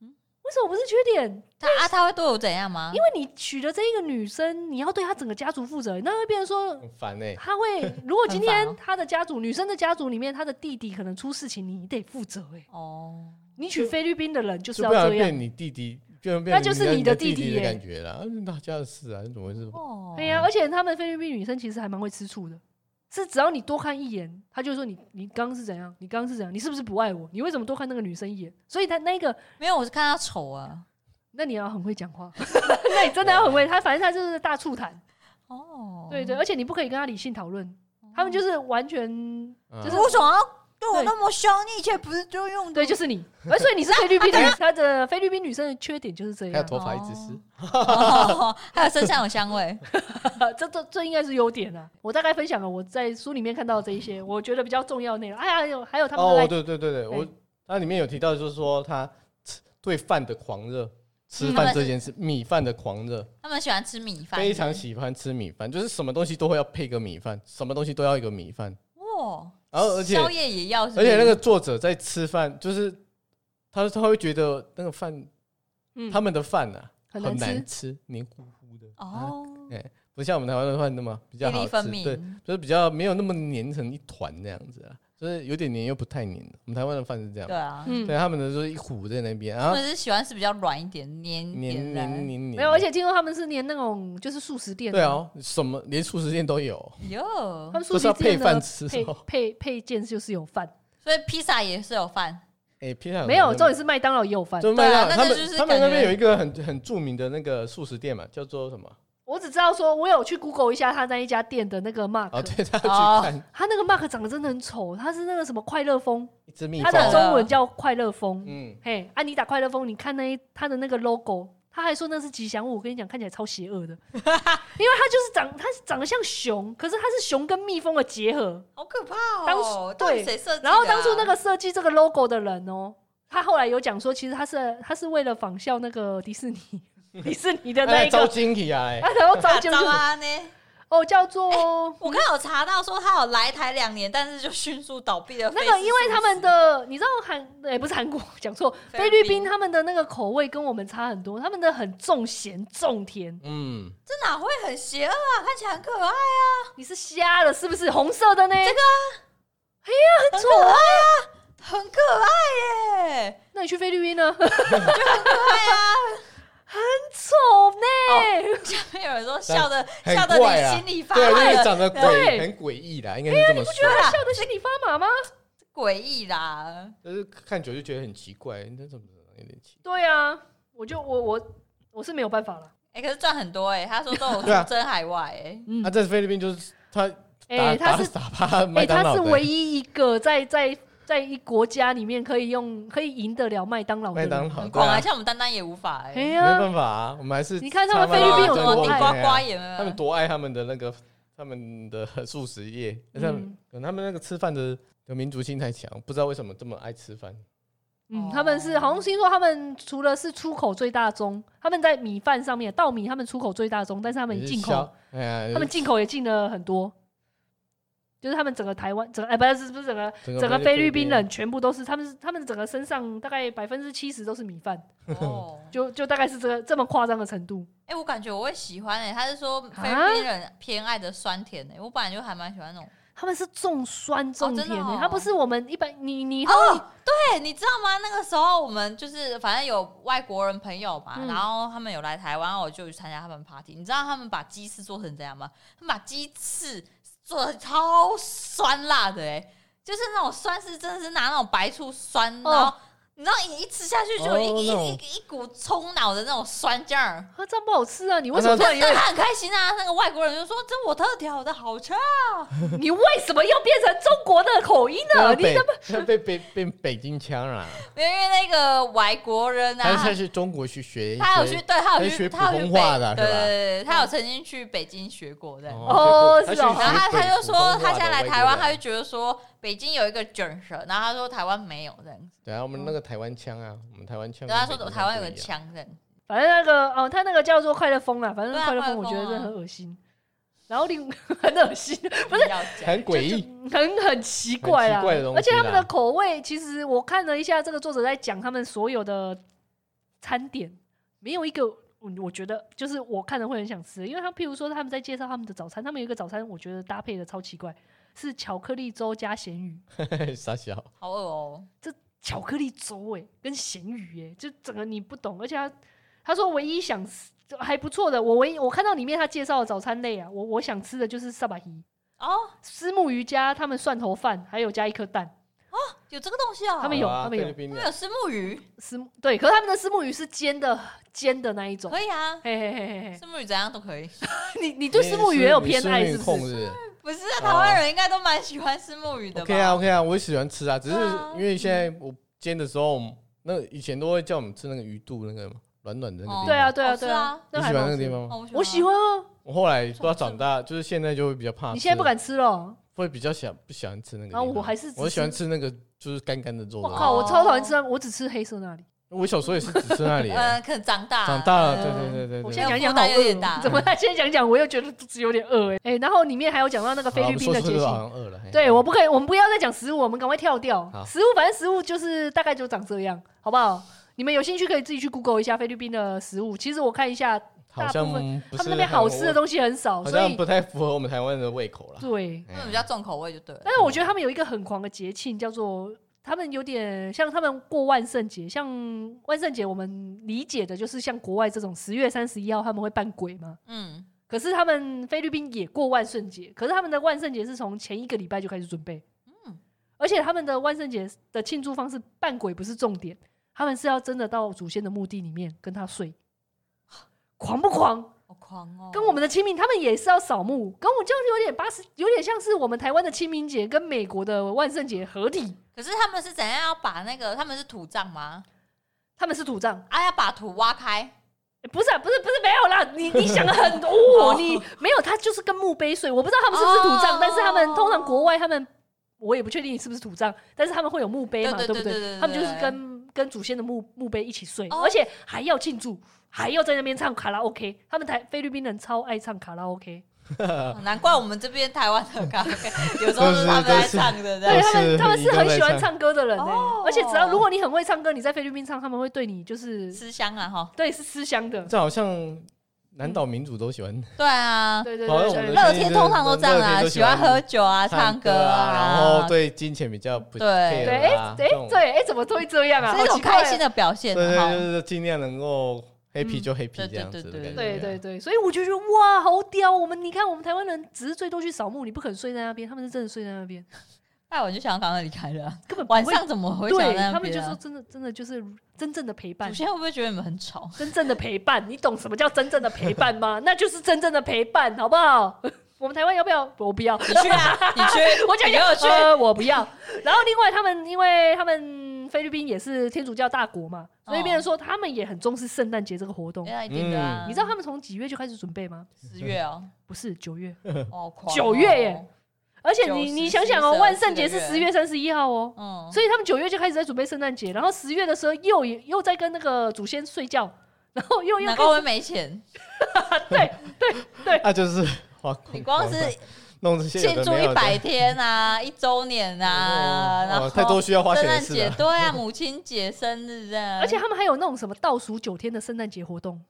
Speaker 2: 为什么不是缺点？
Speaker 1: 他啊，他会对我怎样吗
Speaker 2: 因？为你娶了这一个女生，你要对她整个家族负责，那会变成说，
Speaker 3: 很烦哎。
Speaker 2: 她会如果今
Speaker 1: 很
Speaker 2: 天
Speaker 1: 烦哦
Speaker 2: 她的家族女生的家族里面，她的弟弟可能出事情，你得负责哎、
Speaker 1: 哦，
Speaker 2: 你娶菲律宾的人就是
Speaker 3: 就
Speaker 2: 要
Speaker 3: 不然
Speaker 2: 这样，
Speaker 3: 变你弟弟，就然变
Speaker 2: 那就是
Speaker 3: 你
Speaker 2: 你的
Speaker 3: 弟
Speaker 2: 弟弟耶
Speaker 3: 的感觉啦。那家的事啊，你怎么会是？
Speaker 1: 哦，
Speaker 2: 对
Speaker 3: 嗯
Speaker 2: 呀、而且他们菲律宾女生其实还蛮会吃醋的。是只要你多看一眼，她就说你你刚刚是怎样，你刚刚是怎样，你是不是不爱我？你为什么多看那个女生一眼？所以她那个
Speaker 1: 没有，我是看他丑啊。
Speaker 2: 那你要很会讲
Speaker 1: *laughs*
Speaker 2: 话，那你真的要很会。他反正他就是大醋坛，
Speaker 1: 哦，
Speaker 2: 对对，而且你不可以跟他理性讨论，他们就是完全
Speaker 3: 就
Speaker 2: 就
Speaker 1: 你
Speaker 2: 是
Speaker 1: 为什么要对我
Speaker 2: 对
Speaker 1: 那么凶？你以前不是就用
Speaker 2: 对，就
Speaker 1: *laughs*
Speaker 2: 是你。而所以你是菲律宾的，他的菲律宾女生的缺点就是这
Speaker 3: 还有
Speaker 2: 样，
Speaker 3: 头发一直湿
Speaker 1: 哦，哦还有身上有香味
Speaker 2: *laughs* 这这这应该是优点啊。我大概分享了我在书里面看到的这一些，我觉得比较重要的内容。哎呀，还有还有他们
Speaker 3: 哦，
Speaker 2: 的
Speaker 3: 对对对对，我
Speaker 2: 对
Speaker 3: 它里面有提到，就是说他吃对饭的狂热，吃
Speaker 1: 嗯
Speaker 3: 饭这件事，米饭的狂热，
Speaker 1: 他们喜欢吃米饭，
Speaker 3: 非常喜欢吃米饭，就是什么东西都会要配个米饭，什么东西都要一个米饭。
Speaker 1: 哇。
Speaker 3: 然后而且
Speaker 1: 宵夜也要是不
Speaker 3: 而
Speaker 1: 是，
Speaker 3: 且那个作者在吃饭，就是他他会觉得那个饭，
Speaker 2: 嗯
Speaker 3: 他们的饭啊
Speaker 2: 很
Speaker 3: 很
Speaker 2: 难
Speaker 3: 难
Speaker 2: 吃，
Speaker 3: 吃，黏糊糊的，
Speaker 1: 哦，
Speaker 3: 不像我们台湾的饭那么啊比
Speaker 1: 粒
Speaker 3: 较好
Speaker 1: 粒分
Speaker 3: 吃，对，
Speaker 1: 明，
Speaker 3: 就是比较没有那么黏成一团那样子啊，就是有点黏又不太黏。我们台湾的饭是这样
Speaker 1: 对，啊，
Speaker 2: 嗯，
Speaker 3: 对他们的就是一糊在那边，然
Speaker 1: 他
Speaker 3: 后
Speaker 1: 们是喜欢吃比较软一点、黏一
Speaker 3: 啊黏
Speaker 1: 点的，
Speaker 3: 黏黏黏，
Speaker 2: 没有，而且听说他们是连那种就是素食店，
Speaker 3: 对，啊，什么连素食店都有，
Speaker 1: 哟
Speaker 2: 他，们素
Speaker 3: 都是
Speaker 2: 食
Speaker 3: 要配
Speaker 2: 店
Speaker 3: 饭
Speaker 2: 的
Speaker 3: 吃
Speaker 2: 配
Speaker 3: 哦。
Speaker 2: 配配件就是有饭，
Speaker 1: 所以披萨也是有饭，
Speaker 3: 哎，披萨
Speaker 2: 没有，
Speaker 3: 这
Speaker 2: 重点是麦当劳也有饭。
Speaker 3: 就麦当劳，
Speaker 1: 对啊
Speaker 3: 他
Speaker 1: 那个
Speaker 3: 们
Speaker 1: 就是
Speaker 3: 他们那
Speaker 1: 感
Speaker 3: 边
Speaker 1: 觉
Speaker 3: 有一个很很著名的那个素食店嘛，叫做什么？
Speaker 2: 我只知道说，我有去 Google 一下他那一家店的那个 mark，、
Speaker 3: 哦，对，他
Speaker 1: 哦
Speaker 3: 去看
Speaker 2: 他那个 mark 长得真的很丑，他是那个什么快乐风，
Speaker 3: 一只蜜
Speaker 2: 他
Speaker 3: 蜂，
Speaker 2: 的中文叫快乐风。
Speaker 3: 嗯，
Speaker 2: 嘿，安妮打快乐风，你看那一他的那个 logo，他还说那是吉祥物，我跟你讲，看起来超邪恶的，因为他就是长，他长得像熊，可是他是熊跟蜜蜂的结合。
Speaker 1: 好可怕
Speaker 2: 当初
Speaker 1: 哦！到底
Speaker 2: 对
Speaker 1: 谁设计的啊？
Speaker 2: 然后当初那个设计这个 logo 的人哦、他后来有讲说，其实他是他是为了仿效那个迪士尼， *laughs* 迪士尼的那
Speaker 3: 哎，
Speaker 2: 一个
Speaker 3: 招，惊喜啊，哎
Speaker 2: 啊，然后
Speaker 1: 大
Speaker 2: 造就
Speaker 1: 招啊呢？
Speaker 2: 哦叫做。
Speaker 1: 我刚有查到说他有来台两年，但是就迅速倒闭了。
Speaker 2: 那
Speaker 1: 非
Speaker 2: 个，
Speaker 1: 是
Speaker 2: 因为他们的你知道韩也、不是韩国，讲错，
Speaker 1: 菲律
Speaker 2: 菲
Speaker 1: 宾
Speaker 2: 律宾他们的那个口味跟我们差很多，他们的很重咸重甜。
Speaker 3: 嗯，
Speaker 1: 这哪会很邪恶啊？看起来很可爱，
Speaker 2: 啊哎你是瞎了是不是？红色的呢？这个
Speaker 1: 很丑啊！很可爱耶！
Speaker 2: 那你去菲律宾呢？很可爱啊，啊 *laughs* 很丑呢、
Speaker 1: 下面有人说笑
Speaker 2: *laughs*
Speaker 1: 的
Speaker 3: 很
Speaker 1: 笑的
Speaker 3: 怪啊
Speaker 1: 你心里发
Speaker 3: 对，
Speaker 1: 麻
Speaker 3: 因为
Speaker 1: 了，
Speaker 3: 长得
Speaker 2: 对
Speaker 3: 诡很诡异啦，应该是这么说。
Speaker 1: 对啊
Speaker 2: 笑得心里发麻吗？
Speaker 1: 诡异啦。
Speaker 3: 就是看久就觉得很奇怪，那怎么有点奇
Speaker 2: 对啊，我就我我我是没有办法了。
Speaker 1: 哎、可是赚很多哎、他说
Speaker 2: *laughs*
Speaker 1: 都有出
Speaker 3: 对啊
Speaker 1: 征海外哎、
Speaker 2: 嗯
Speaker 3: 怪？啊，在菲律宾就是他
Speaker 2: 哎、他
Speaker 3: 打打
Speaker 2: 是
Speaker 3: 打趴
Speaker 2: 哎、
Speaker 3: 麦当
Speaker 2: 他
Speaker 3: 劳
Speaker 2: 是
Speaker 3: 的，
Speaker 2: 唯一一个在在在一国家里面可以用可以赢得了麦当劳的
Speaker 3: 麦
Speaker 2: 人。
Speaker 3: 当劳
Speaker 1: 很
Speaker 3: 对
Speaker 1: 广啊，
Speaker 3: 啊，
Speaker 1: 像我们丹丹也无法哎、
Speaker 2: 哎
Speaker 1: 欸。
Speaker 3: 没
Speaker 2: 呀、
Speaker 3: 办法啊，我们还是
Speaker 2: 你看他们菲律
Speaker 1: 什
Speaker 2: 宾有
Speaker 1: 么
Speaker 3: 啊
Speaker 1: 啊
Speaker 2: 多啊
Speaker 1: 地
Speaker 2: 爱
Speaker 1: 瓜瓜
Speaker 3: 也，
Speaker 1: 也没
Speaker 3: 他们
Speaker 1: 有，
Speaker 3: 多爱他们的那个他们的 *laughs* 素食业，他们
Speaker 2: 嗯
Speaker 3: 可能他们那个吃饭的的民族性太强，不知道为什么这么爱吃饭。
Speaker 2: 嗯，他们是好像听说他们除了是出口最大宗，他们在米饭上面稻米他们出口最大宗，但是他
Speaker 3: 他
Speaker 2: 们进口，，
Speaker 3: 哎呀，
Speaker 2: 他们进口也进了很多，就是他们整个台湾整个哎不是不是整个
Speaker 3: 整
Speaker 2: 整个菲律宾人全部都是他们是他们整个身上大概百分之七十都是米饭， *laughs*
Speaker 1: 哦，
Speaker 2: 就就大概是这个这么夸张的程度。
Speaker 1: 哎、我感觉我会喜欢哎、他是说
Speaker 2: 啊
Speaker 1: 菲律宾人偏爱的酸甜哎、我本来就还蛮喜欢那种。
Speaker 2: 他们是重酸重
Speaker 1: 真的
Speaker 2: 甜的、
Speaker 1: 哦
Speaker 2: 他不是我们一般你你喝
Speaker 1: 哦，对，你知道吗？那个时候我们就是反正有外国人朋友嘛，
Speaker 2: 嗯
Speaker 1: 然后他们有来台湾，我就去参加他们 party。你知道他们把鸡翅做成这样吗？他们把鸡翅做的超酸辣的、欸，就是那种酸是真的是拿那种白醋酸，
Speaker 2: 哦
Speaker 1: 然后你知道一一吃下去就有一、
Speaker 3: 哦那
Speaker 1: 一
Speaker 3: 种
Speaker 1: 一一股冲脑的那种酸劲儿。
Speaker 2: 啊这样不好吃啊！你为什么突
Speaker 1: 但
Speaker 2: 然
Speaker 1: 是
Speaker 2: 有点
Speaker 1: 他很开心啊！那个外国人就说：“这我特调的，好吃啊。
Speaker 2: 你为什么要变成中国的口音呢？你
Speaker 3: 北
Speaker 2: 怎么
Speaker 3: 他被被被北京腔啦，”
Speaker 1: 因为那个外国人啊，
Speaker 3: 他他去中国去学一些，
Speaker 1: 他有去，对，他有
Speaker 3: 他
Speaker 1: 去，
Speaker 3: 学
Speaker 1: 他有去北
Speaker 3: 普通话的
Speaker 1: 对
Speaker 3: 是吧
Speaker 1: 对对，他有曾经去北京学过的。
Speaker 2: 哦
Speaker 3: 对
Speaker 2: 是哦
Speaker 3: 去
Speaker 1: 然后他他
Speaker 3: 学
Speaker 1: 就
Speaker 3: 北普通
Speaker 1: 说，
Speaker 3: 话的
Speaker 1: 他现在来台湾，他就
Speaker 3: 外国人
Speaker 1: 觉得说北京有一个卷舌，然后他说台湾没有这样子，
Speaker 3: 对啊，我们
Speaker 2: 嗯
Speaker 3: 那个台湾腔啊，我们台湾腔跟
Speaker 1: 然后
Speaker 3: 北
Speaker 1: 他说
Speaker 3: 京腔不一样，
Speaker 1: 台湾有个腔这样子。
Speaker 2: 反正那个哦，他那个叫做快乐风啦，反正
Speaker 1: 对啊
Speaker 2: 快乐
Speaker 1: 快
Speaker 2: 风
Speaker 1: 乐
Speaker 2: 我
Speaker 1: 风
Speaker 2: 觉得真的
Speaker 1: 啊
Speaker 2: 很恶心。然后另 *laughs* 很恶心，
Speaker 1: 不是要讲
Speaker 3: 很诡异，
Speaker 2: 就 *laughs* 很很奇怪啦，
Speaker 3: 很奇怪的东西啦
Speaker 2: 而且他们的口味，其实我看了一下，这个作者在讲他们所有的餐点，没有一个我我觉得就是我看了会很想吃，因为他譬如说他们在介绍他们的早餐，他们有一个早餐，我觉得搭配的超奇怪，是巧克力粥加咸鱼， *laughs*
Speaker 3: *laughs* 傻小，
Speaker 1: 好恶哦。
Speaker 2: 巧克力粥哎、跟咸鱼哎、就整个你不懂，而且他他说唯一想吃就还不错的，我唯一我看到里面他介绍的早餐类啊，我我想吃的就是萨巴鱼、
Speaker 1: 哦，
Speaker 2: 丝木鱼加他们蒜头饭，还有加一颗蛋，
Speaker 1: 有这个东西哦。
Speaker 2: 他们有
Speaker 3: 好啊
Speaker 2: 他们有
Speaker 3: 菲律宾
Speaker 1: 他
Speaker 3: 的
Speaker 1: 们有石木鱼，
Speaker 2: 丝木对，可是他们的丝木鱼是煎的煎的那一
Speaker 1: *laughs*
Speaker 2: 种，
Speaker 1: 可以啊，
Speaker 2: 嘿嘿嘿嘿嘿，
Speaker 1: 石木鱼怎样都可以。 *laughs*
Speaker 2: 你你对丝木鱼也有偏爱
Speaker 3: 你
Speaker 2: 是
Speaker 3: 是控
Speaker 2: 不是？
Speaker 3: 是不是
Speaker 1: 不是啊，台湾人应该都蛮喜欢石木鱼的吧
Speaker 3: OK 啊，OK 啊，我也喜欢吃啊，只是
Speaker 1: 对啊
Speaker 3: 因为现在我煎的时候，我们那以前都会叫我们吃那个鱼肚那个嘛软软的那个地
Speaker 1: 哦
Speaker 3: 方。
Speaker 2: 对啊对啊
Speaker 1: 好吃
Speaker 2: 对
Speaker 1: 啊
Speaker 2: 啊，
Speaker 3: 你
Speaker 2: 还
Speaker 3: 喜欢
Speaker 2: 蛮
Speaker 3: 那个地
Speaker 2: 好吃
Speaker 3: 方吗？
Speaker 1: 哦，，
Speaker 2: 我喜欢啊，
Speaker 3: 我后来不知道长大，就是现在就会比较怕吃。
Speaker 2: 你现在不敢吃了哦，
Speaker 3: 会比较想不喜欢吃那个地
Speaker 2: 然
Speaker 3: 方。
Speaker 2: 后我还是只
Speaker 3: 我喜欢吃那个就是干干的肉
Speaker 2: 我
Speaker 3: 的。
Speaker 2: 靠，我超讨厌吃那，我只吃黑色那里。
Speaker 3: 我小时候也是只吃那里
Speaker 2: *laughs*
Speaker 1: 呃，可能长大
Speaker 3: 长大了，
Speaker 2: 嗯
Speaker 3: 对对对对
Speaker 2: 我
Speaker 3: 对
Speaker 2: 现
Speaker 1: 要
Speaker 2: 在讲一讲
Speaker 1: 负
Speaker 2: 好
Speaker 1: 担有
Speaker 2: 饿
Speaker 1: 点大
Speaker 2: 哦，怎
Speaker 3: *laughs*
Speaker 2: 么他现在讲一讲我又觉得肚子有点饿哎、欸然后里面还有讲到那个菲
Speaker 3: 好
Speaker 2: 律宾的
Speaker 3: 我们说
Speaker 2: 节
Speaker 3: 吃好
Speaker 2: 庆，
Speaker 3: 像饿了。嘿
Speaker 2: 对，我不可以，我们不要再讲食物，我们赶快跳掉
Speaker 3: 好
Speaker 2: 食物，反正食物就是大概就长这样，好不好？你们有兴趣可以自己去 Google 一下菲律宾的食物。其实我看一下，
Speaker 3: 好
Speaker 2: 大部
Speaker 3: 像不
Speaker 2: 他们
Speaker 3: 是
Speaker 2: 那边好吃的东西很少，
Speaker 3: 好
Speaker 2: 所
Speaker 3: 像
Speaker 2: 以
Speaker 3: 不太符合我们台湾的胃
Speaker 2: *laughs*
Speaker 3: 口了。哎
Speaker 2: 对。
Speaker 1: 他们比较重口味就对了。
Speaker 2: 但是我觉得他们有一个很狂的节庆，叫做他们有点像他们过万圣节，像万圣节我们理解的就是像国外这种十月三十一号他们会扮鬼嘛，
Speaker 1: 嗯，
Speaker 2: 可是他们菲律宾也过万圣节，可是他们的万圣节是从前一个礼拜就开始准备，
Speaker 1: 嗯
Speaker 2: 而且他们的万圣节的庆祝方式扮鬼不是重点，他们是要真的到祖先的墓地里面跟他睡，狂不狂？
Speaker 1: 好狂哦，
Speaker 2: 跟我们的清明，他们也是要扫墓，跟我这样有点八十，有点像是我们台湾的清明节跟美国的万圣节合体，
Speaker 1: 可是他们是怎样要把那个他们是土葬吗？
Speaker 2: 他们是土葬。
Speaker 1: 啊，要把土挖开，
Speaker 2: 欸不是、啊，不是，不是，没有啦！你你想的很多、
Speaker 1: *laughs*
Speaker 2: 哦，你没有，他就是跟墓碑睡。我不知道他们是不是土葬，
Speaker 1: 哦
Speaker 2: 但是他们通常国外他们，我也不确定你是不是土葬，但是他们会有墓碑嘛，
Speaker 1: 对
Speaker 2: 不
Speaker 1: 对
Speaker 2: 对
Speaker 1: 对对对
Speaker 2: 他们就是
Speaker 1: 对
Speaker 2: 跟跟祖先的墓墓碑一起睡，
Speaker 1: 哦
Speaker 2: 而且还要庆祝，还要在那边唱卡拉 OK。他们台菲律宾人超爱唱卡拉 OK，呃
Speaker 1: 难怪我们这边台湾的
Speaker 2: *laughs*
Speaker 1: 咖啡有时候是他们在唱的，这
Speaker 3: 都
Speaker 2: 对
Speaker 1: 样
Speaker 3: 是
Speaker 2: 他们他们是很喜
Speaker 3: 一
Speaker 2: 欢
Speaker 3: 个在唱
Speaker 2: 唱歌的人呢、欸
Speaker 1: 哦
Speaker 2: 而且只要如果你很会唱歌，你在菲律宾唱，他们会对你就是
Speaker 1: 吃香啊哈。
Speaker 2: 对是吃香的。
Speaker 3: 这好像南岛民主都喜
Speaker 2: 嗯
Speaker 3: 欢
Speaker 1: 对啊，
Speaker 2: 对对
Speaker 3: 好
Speaker 2: 对
Speaker 3: 像我们
Speaker 2: 对
Speaker 3: 的
Speaker 1: 乐天通常都这样
Speaker 3: 乐天
Speaker 1: 啊，
Speaker 3: 都
Speaker 1: 喜
Speaker 3: 喜
Speaker 1: 欢
Speaker 3: 欢
Speaker 1: 喝酒啊、唱
Speaker 3: 歌
Speaker 1: 啊，
Speaker 3: 然后对金钱比较不
Speaker 1: 对
Speaker 3: care
Speaker 2: 对，
Speaker 3: 啊
Speaker 2: 哎哎
Speaker 3: 种
Speaker 2: 对哎，怎么会这样啊？
Speaker 1: 是一种开心
Speaker 2: 的。
Speaker 1: 的表现啊
Speaker 3: 对对，
Speaker 1: 哈
Speaker 3: 对。就是尽量能够 happy 就 happy
Speaker 1: 对对
Speaker 3: 这样子的
Speaker 1: 对
Speaker 3: 感觉。
Speaker 2: 嗯对对对，所以我就觉得哇，好屌！我们你看，我们台湾人只是最多去扫墓，你不肯睡在那边，他们是真的睡在那边，
Speaker 1: 那哎我就想要赶快离开了啊，
Speaker 2: 根本不会
Speaker 1: 晚上怎么会想
Speaker 2: 对
Speaker 1: 在那
Speaker 2: 他们就
Speaker 1: 边
Speaker 2: 说
Speaker 1: 啊？
Speaker 2: 真的真的就是真正的陪伴
Speaker 1: 祖，先会不会觉得你们很
Speaker 2: *laughs*
Speaker 1: 吵？
Speaker 2: 真正的陪伴，你懂什么叫真正的陪伴吗？ *laughs* 那就是真正的陪伴，好不好？ *laughs* 我们台湾要不要？我不要，
Speaker 1: 你去啊，你去，
Speaker 2: *laughs* 我讲
Speaker 1: 你给我去。
Speaker 2: 呃，我不要。然后另外他们，因为他们菲律宾也是天主教大国嘛，所以
Speaker 1: 哦
Speaker 2: 变成说他们也很重视圣诞节这个活动。
Speaker 1: 那一定的啊，
Speaker 2: 嗯你知道他们从几月就开始准备吗？
Speaker 1: 十月哦，
Speaker 2: 不是九月，
Speaker 1: 哦，狂哦
Speaker 2: 九月耶，而且
Speaker 1: 九
Speaker 2: 你
Speaker 1: 十
Speaker 2: 你想想哦，
Speaker 1: 十一
Speaker 2: 万圣节
Speaker 1: 十
Speaker 2: 是
Speaker 1: 二
Speaker 2: 十月三十一号哦，
Speaker 1: 嗯，
Speaker 2: 所以他们九月就开始在准备圣诞节，然后十月的时候又又在跟那个祖先睡觉，然后又又
Speaker 1: 难
Speaker 2: 开
Speaker 1: 怪会
Speaker 2: 始
Speaker 1: 没钱。
Speaker 3: 啊，就是花光
Speaker 1: *laughs* 你光是
Speaker 3: 弄这些有
Speaker 1: 庆
Speaker 3: 的
Speaker 1: 祝
Speaker 3: 没
Speaker 1: 一
Speaker 3: 有的
Speaker 1: 百天啊，一周年啊，
Speaker 3: 哦
Speaker 1: 然后
Speaker 3: 太多需要花
Speaker 1: 圣
Speaker 3: 钱的
Speaker 1: 诞
Speaker 3: 事
Speaker 1: 节
Speaker 3: 了。
Speaker 1: 对啊，母亲节、生日这样，
Speaker 2: *laughs* 而且他们还有那种什么倒数九天的圣诞节活动，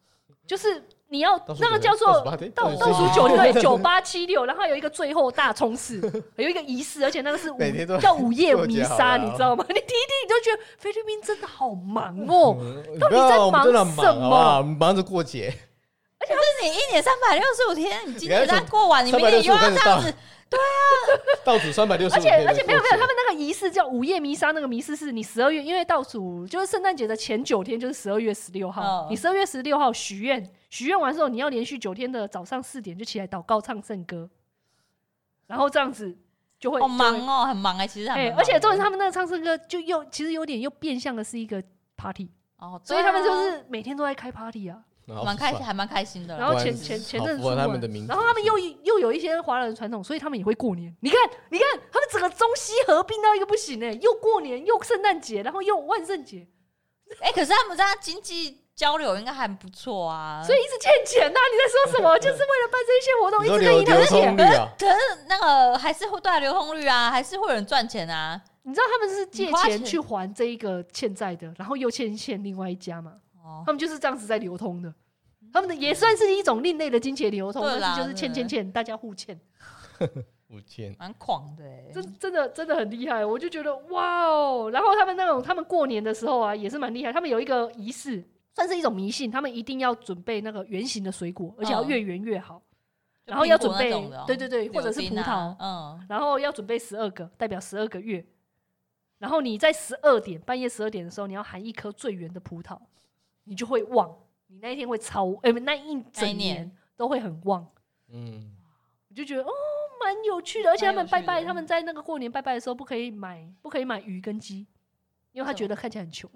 Speaker 2: 就是你要
Speaker 3: 倒数
Speaker 2: 那
Speaker 3: 九
Speaker 2: 个
Speaker 3: 天
Speaker 2: 叫做
Speaker 3: 倒数八天
Speaker 2: 倒倒
Speaker 1: 倒数
Speaker 2: 数九对九八七六，然后有一个最后大冲刺，有一个仪式，而且那个是午
Speaker 3: 每天都
Speaker 2: 叫午夜弥
Speaker 3: 做
Speaker 2: 撒，
Speaker 3: 假的
Speaker 2: 你知道吗？你听一听你就觉得菲律宾真的好忙哦，
Speaker 3: 嗯
Speaker 2: 到底
Speaker 3: 不要
Speaker 2: 在
Speaker 3: 我们
Speaker 2: 忙
Speaker 3: 真的很
Speaker 2: 什
Speaker 3: 忙好不
Speaker 2: 么
Speaker 3: 好？我们忙着过
Speaker 2: *laughs*
Speaker 3: 节，
Speaker 1: 是你一年三百六十五天，你今年才过完，你
Speaker 3: 三
Speaker 1: 明
Speaker 3: 百六
Speaker 1: 年
Speaker 3: 十
Speaker 1: 又
Speaker 3: 五
Speaker 1: 要
Speaker 3: 开始
Speaker 1: 这
Speaker 3: 倒
Speaker 1: 样子，，
Speaker 3: 倒数三百六十
Speaker 2: 而
Speaker 3: 五
Speaker 2: 且
Speaker 3: 天的
Speaker 2: 而且没有没
Speaker 3: 过
Speaker 2: 有，
Speaker 3: 节
Speaker 2: 他们那个仪式叫午夜弥撒，那个弥撒是你十二月，因为倒数就是圣诞节的前九天，就是十二月十六号
Speaker 1: 嗯，
Speaker 2: 你十二月十六号许愿，许愿完之后，你要连续九天的早上四点就起来祷告唱圣歌，然后这样子就会
Speaker 1: 好忙
Speaker 2: 就会
Speaker 1: 哦，很忙哎，其实还
Speaker 2: 哎、
Speaker 1: 蛮忙
Speaker 2: 而且重点是他们那个唱圣歌就又其实有点又变相的是一个 party，
Speaker 1: 哦，
Speaker 2: 所以他们就
Speaker 1: 对啊
Speaker 2: 是每天都在开 party 啊，
Speaker 3: 然后
Speaker 1: 蛮开心，
Speaker 3: 算
Speaker 1: 还蛮开心的啦。
Speaker 2: 然后
Speaker 3: 果然
Speaker 2: 前
Speaker 3: 是
Speaker 2: 前前
Speaker 3: 好
Speaker 2: 阵子
Speaker 3: 符合
Speaker 2: 出
Speaker 3: 他
Speaker 2: 门
Speaker 3: 们的民族
Speaker 2: 然后他们又又有一些华人传统，所以他们也会过年。你看，你看，他们整个中西合并到一个不行哎、又过年，又圣诞节，然后又万圣节，
Speaker 1: 哎，可是他们这样经济交流应该还不错啊。
Speaker 2: 所以一直欠钱呐、你在说什么？就是为了办这些活动，
Speaker 3: 你
Speaker 2: 一
Speaker 3: 说
Speaker 2: 直
Speaker 3: 流
Speaker 2: 跟银
Speaker 3: 流
Speaker 2: 行
Speaker 3: 通率
Speaker 2: *laughs* 借。
Speaker 3: 啊，
Speaker 1: 可是那个还是会对啊流通率啊，还是会有人赚钱啊。
Speaker 2: 你知道他们是借
Speaker 1: 你花
Speaker 2: 钱
Speaker 1: 钱
Speaker 2: 去还这一个欠债的，然后又欠欠另外一家嘛，
Speaker 1: 哦，
Speaker 2: 他们就是这样子在流通的。他们的也算是一种另类的金钱流通，
Speaker 1: 对啦
Speaker 2: 但是就是欠
Speaker 1: 对
Speaker 2: 欠欠，大家互欠，
Speaker 3: 五千
Speaker 1: 蛮狂的哎。
Speaker 2: 真真的真的很厉害，我就觉得哇哦！然后他们那种他们过年的时候啊，也是蛮厉害，他们有一个仪式，算是一种迷信，他们一定要准备那个圆形的水果，而且要
Speaker 1: 嗯
Speaker 2: 越圆越好，
Speaker 1: 就
Speaker 2: 然后要
Speaker 1: 苹
Speaker 2: 准
Speaker 1: 果那
Speaker 2: 备
Speaker 1: 种的哦，
Speaker 2: 对对对，
Speaker 1: 柳
Speaker 2: 或者是
Speaker 1: 丁
Speaker 2: 葡萄
Speaker 1: 啊，嗯，
Speaker 2: 然后要准备十二个，代表十二个月。然后你在十二点半夜十二点的时候，你要含一颗最圆的葡萄，你就会旺，你那一天会超，哎、不，那一
Speaker 1: 那一
Speaker 2: 整年
Speaker 1: 年
Speaker 2: 都会很旺。
Speaker 3: 嗯，
Speaker 2: 我就觉得哦，蛮有趣的。而且他们拜
Speaker 1: 蛮有
Speaker 2: 拜，
Speaker 1: 趣的嗯
Speaker 2: 他们在那个过年拜拜的时候不可以买，不可以买鱼跟鸡，因为他
Speaker 1: 为什么
Speaker 2: 觉得看起来很穷。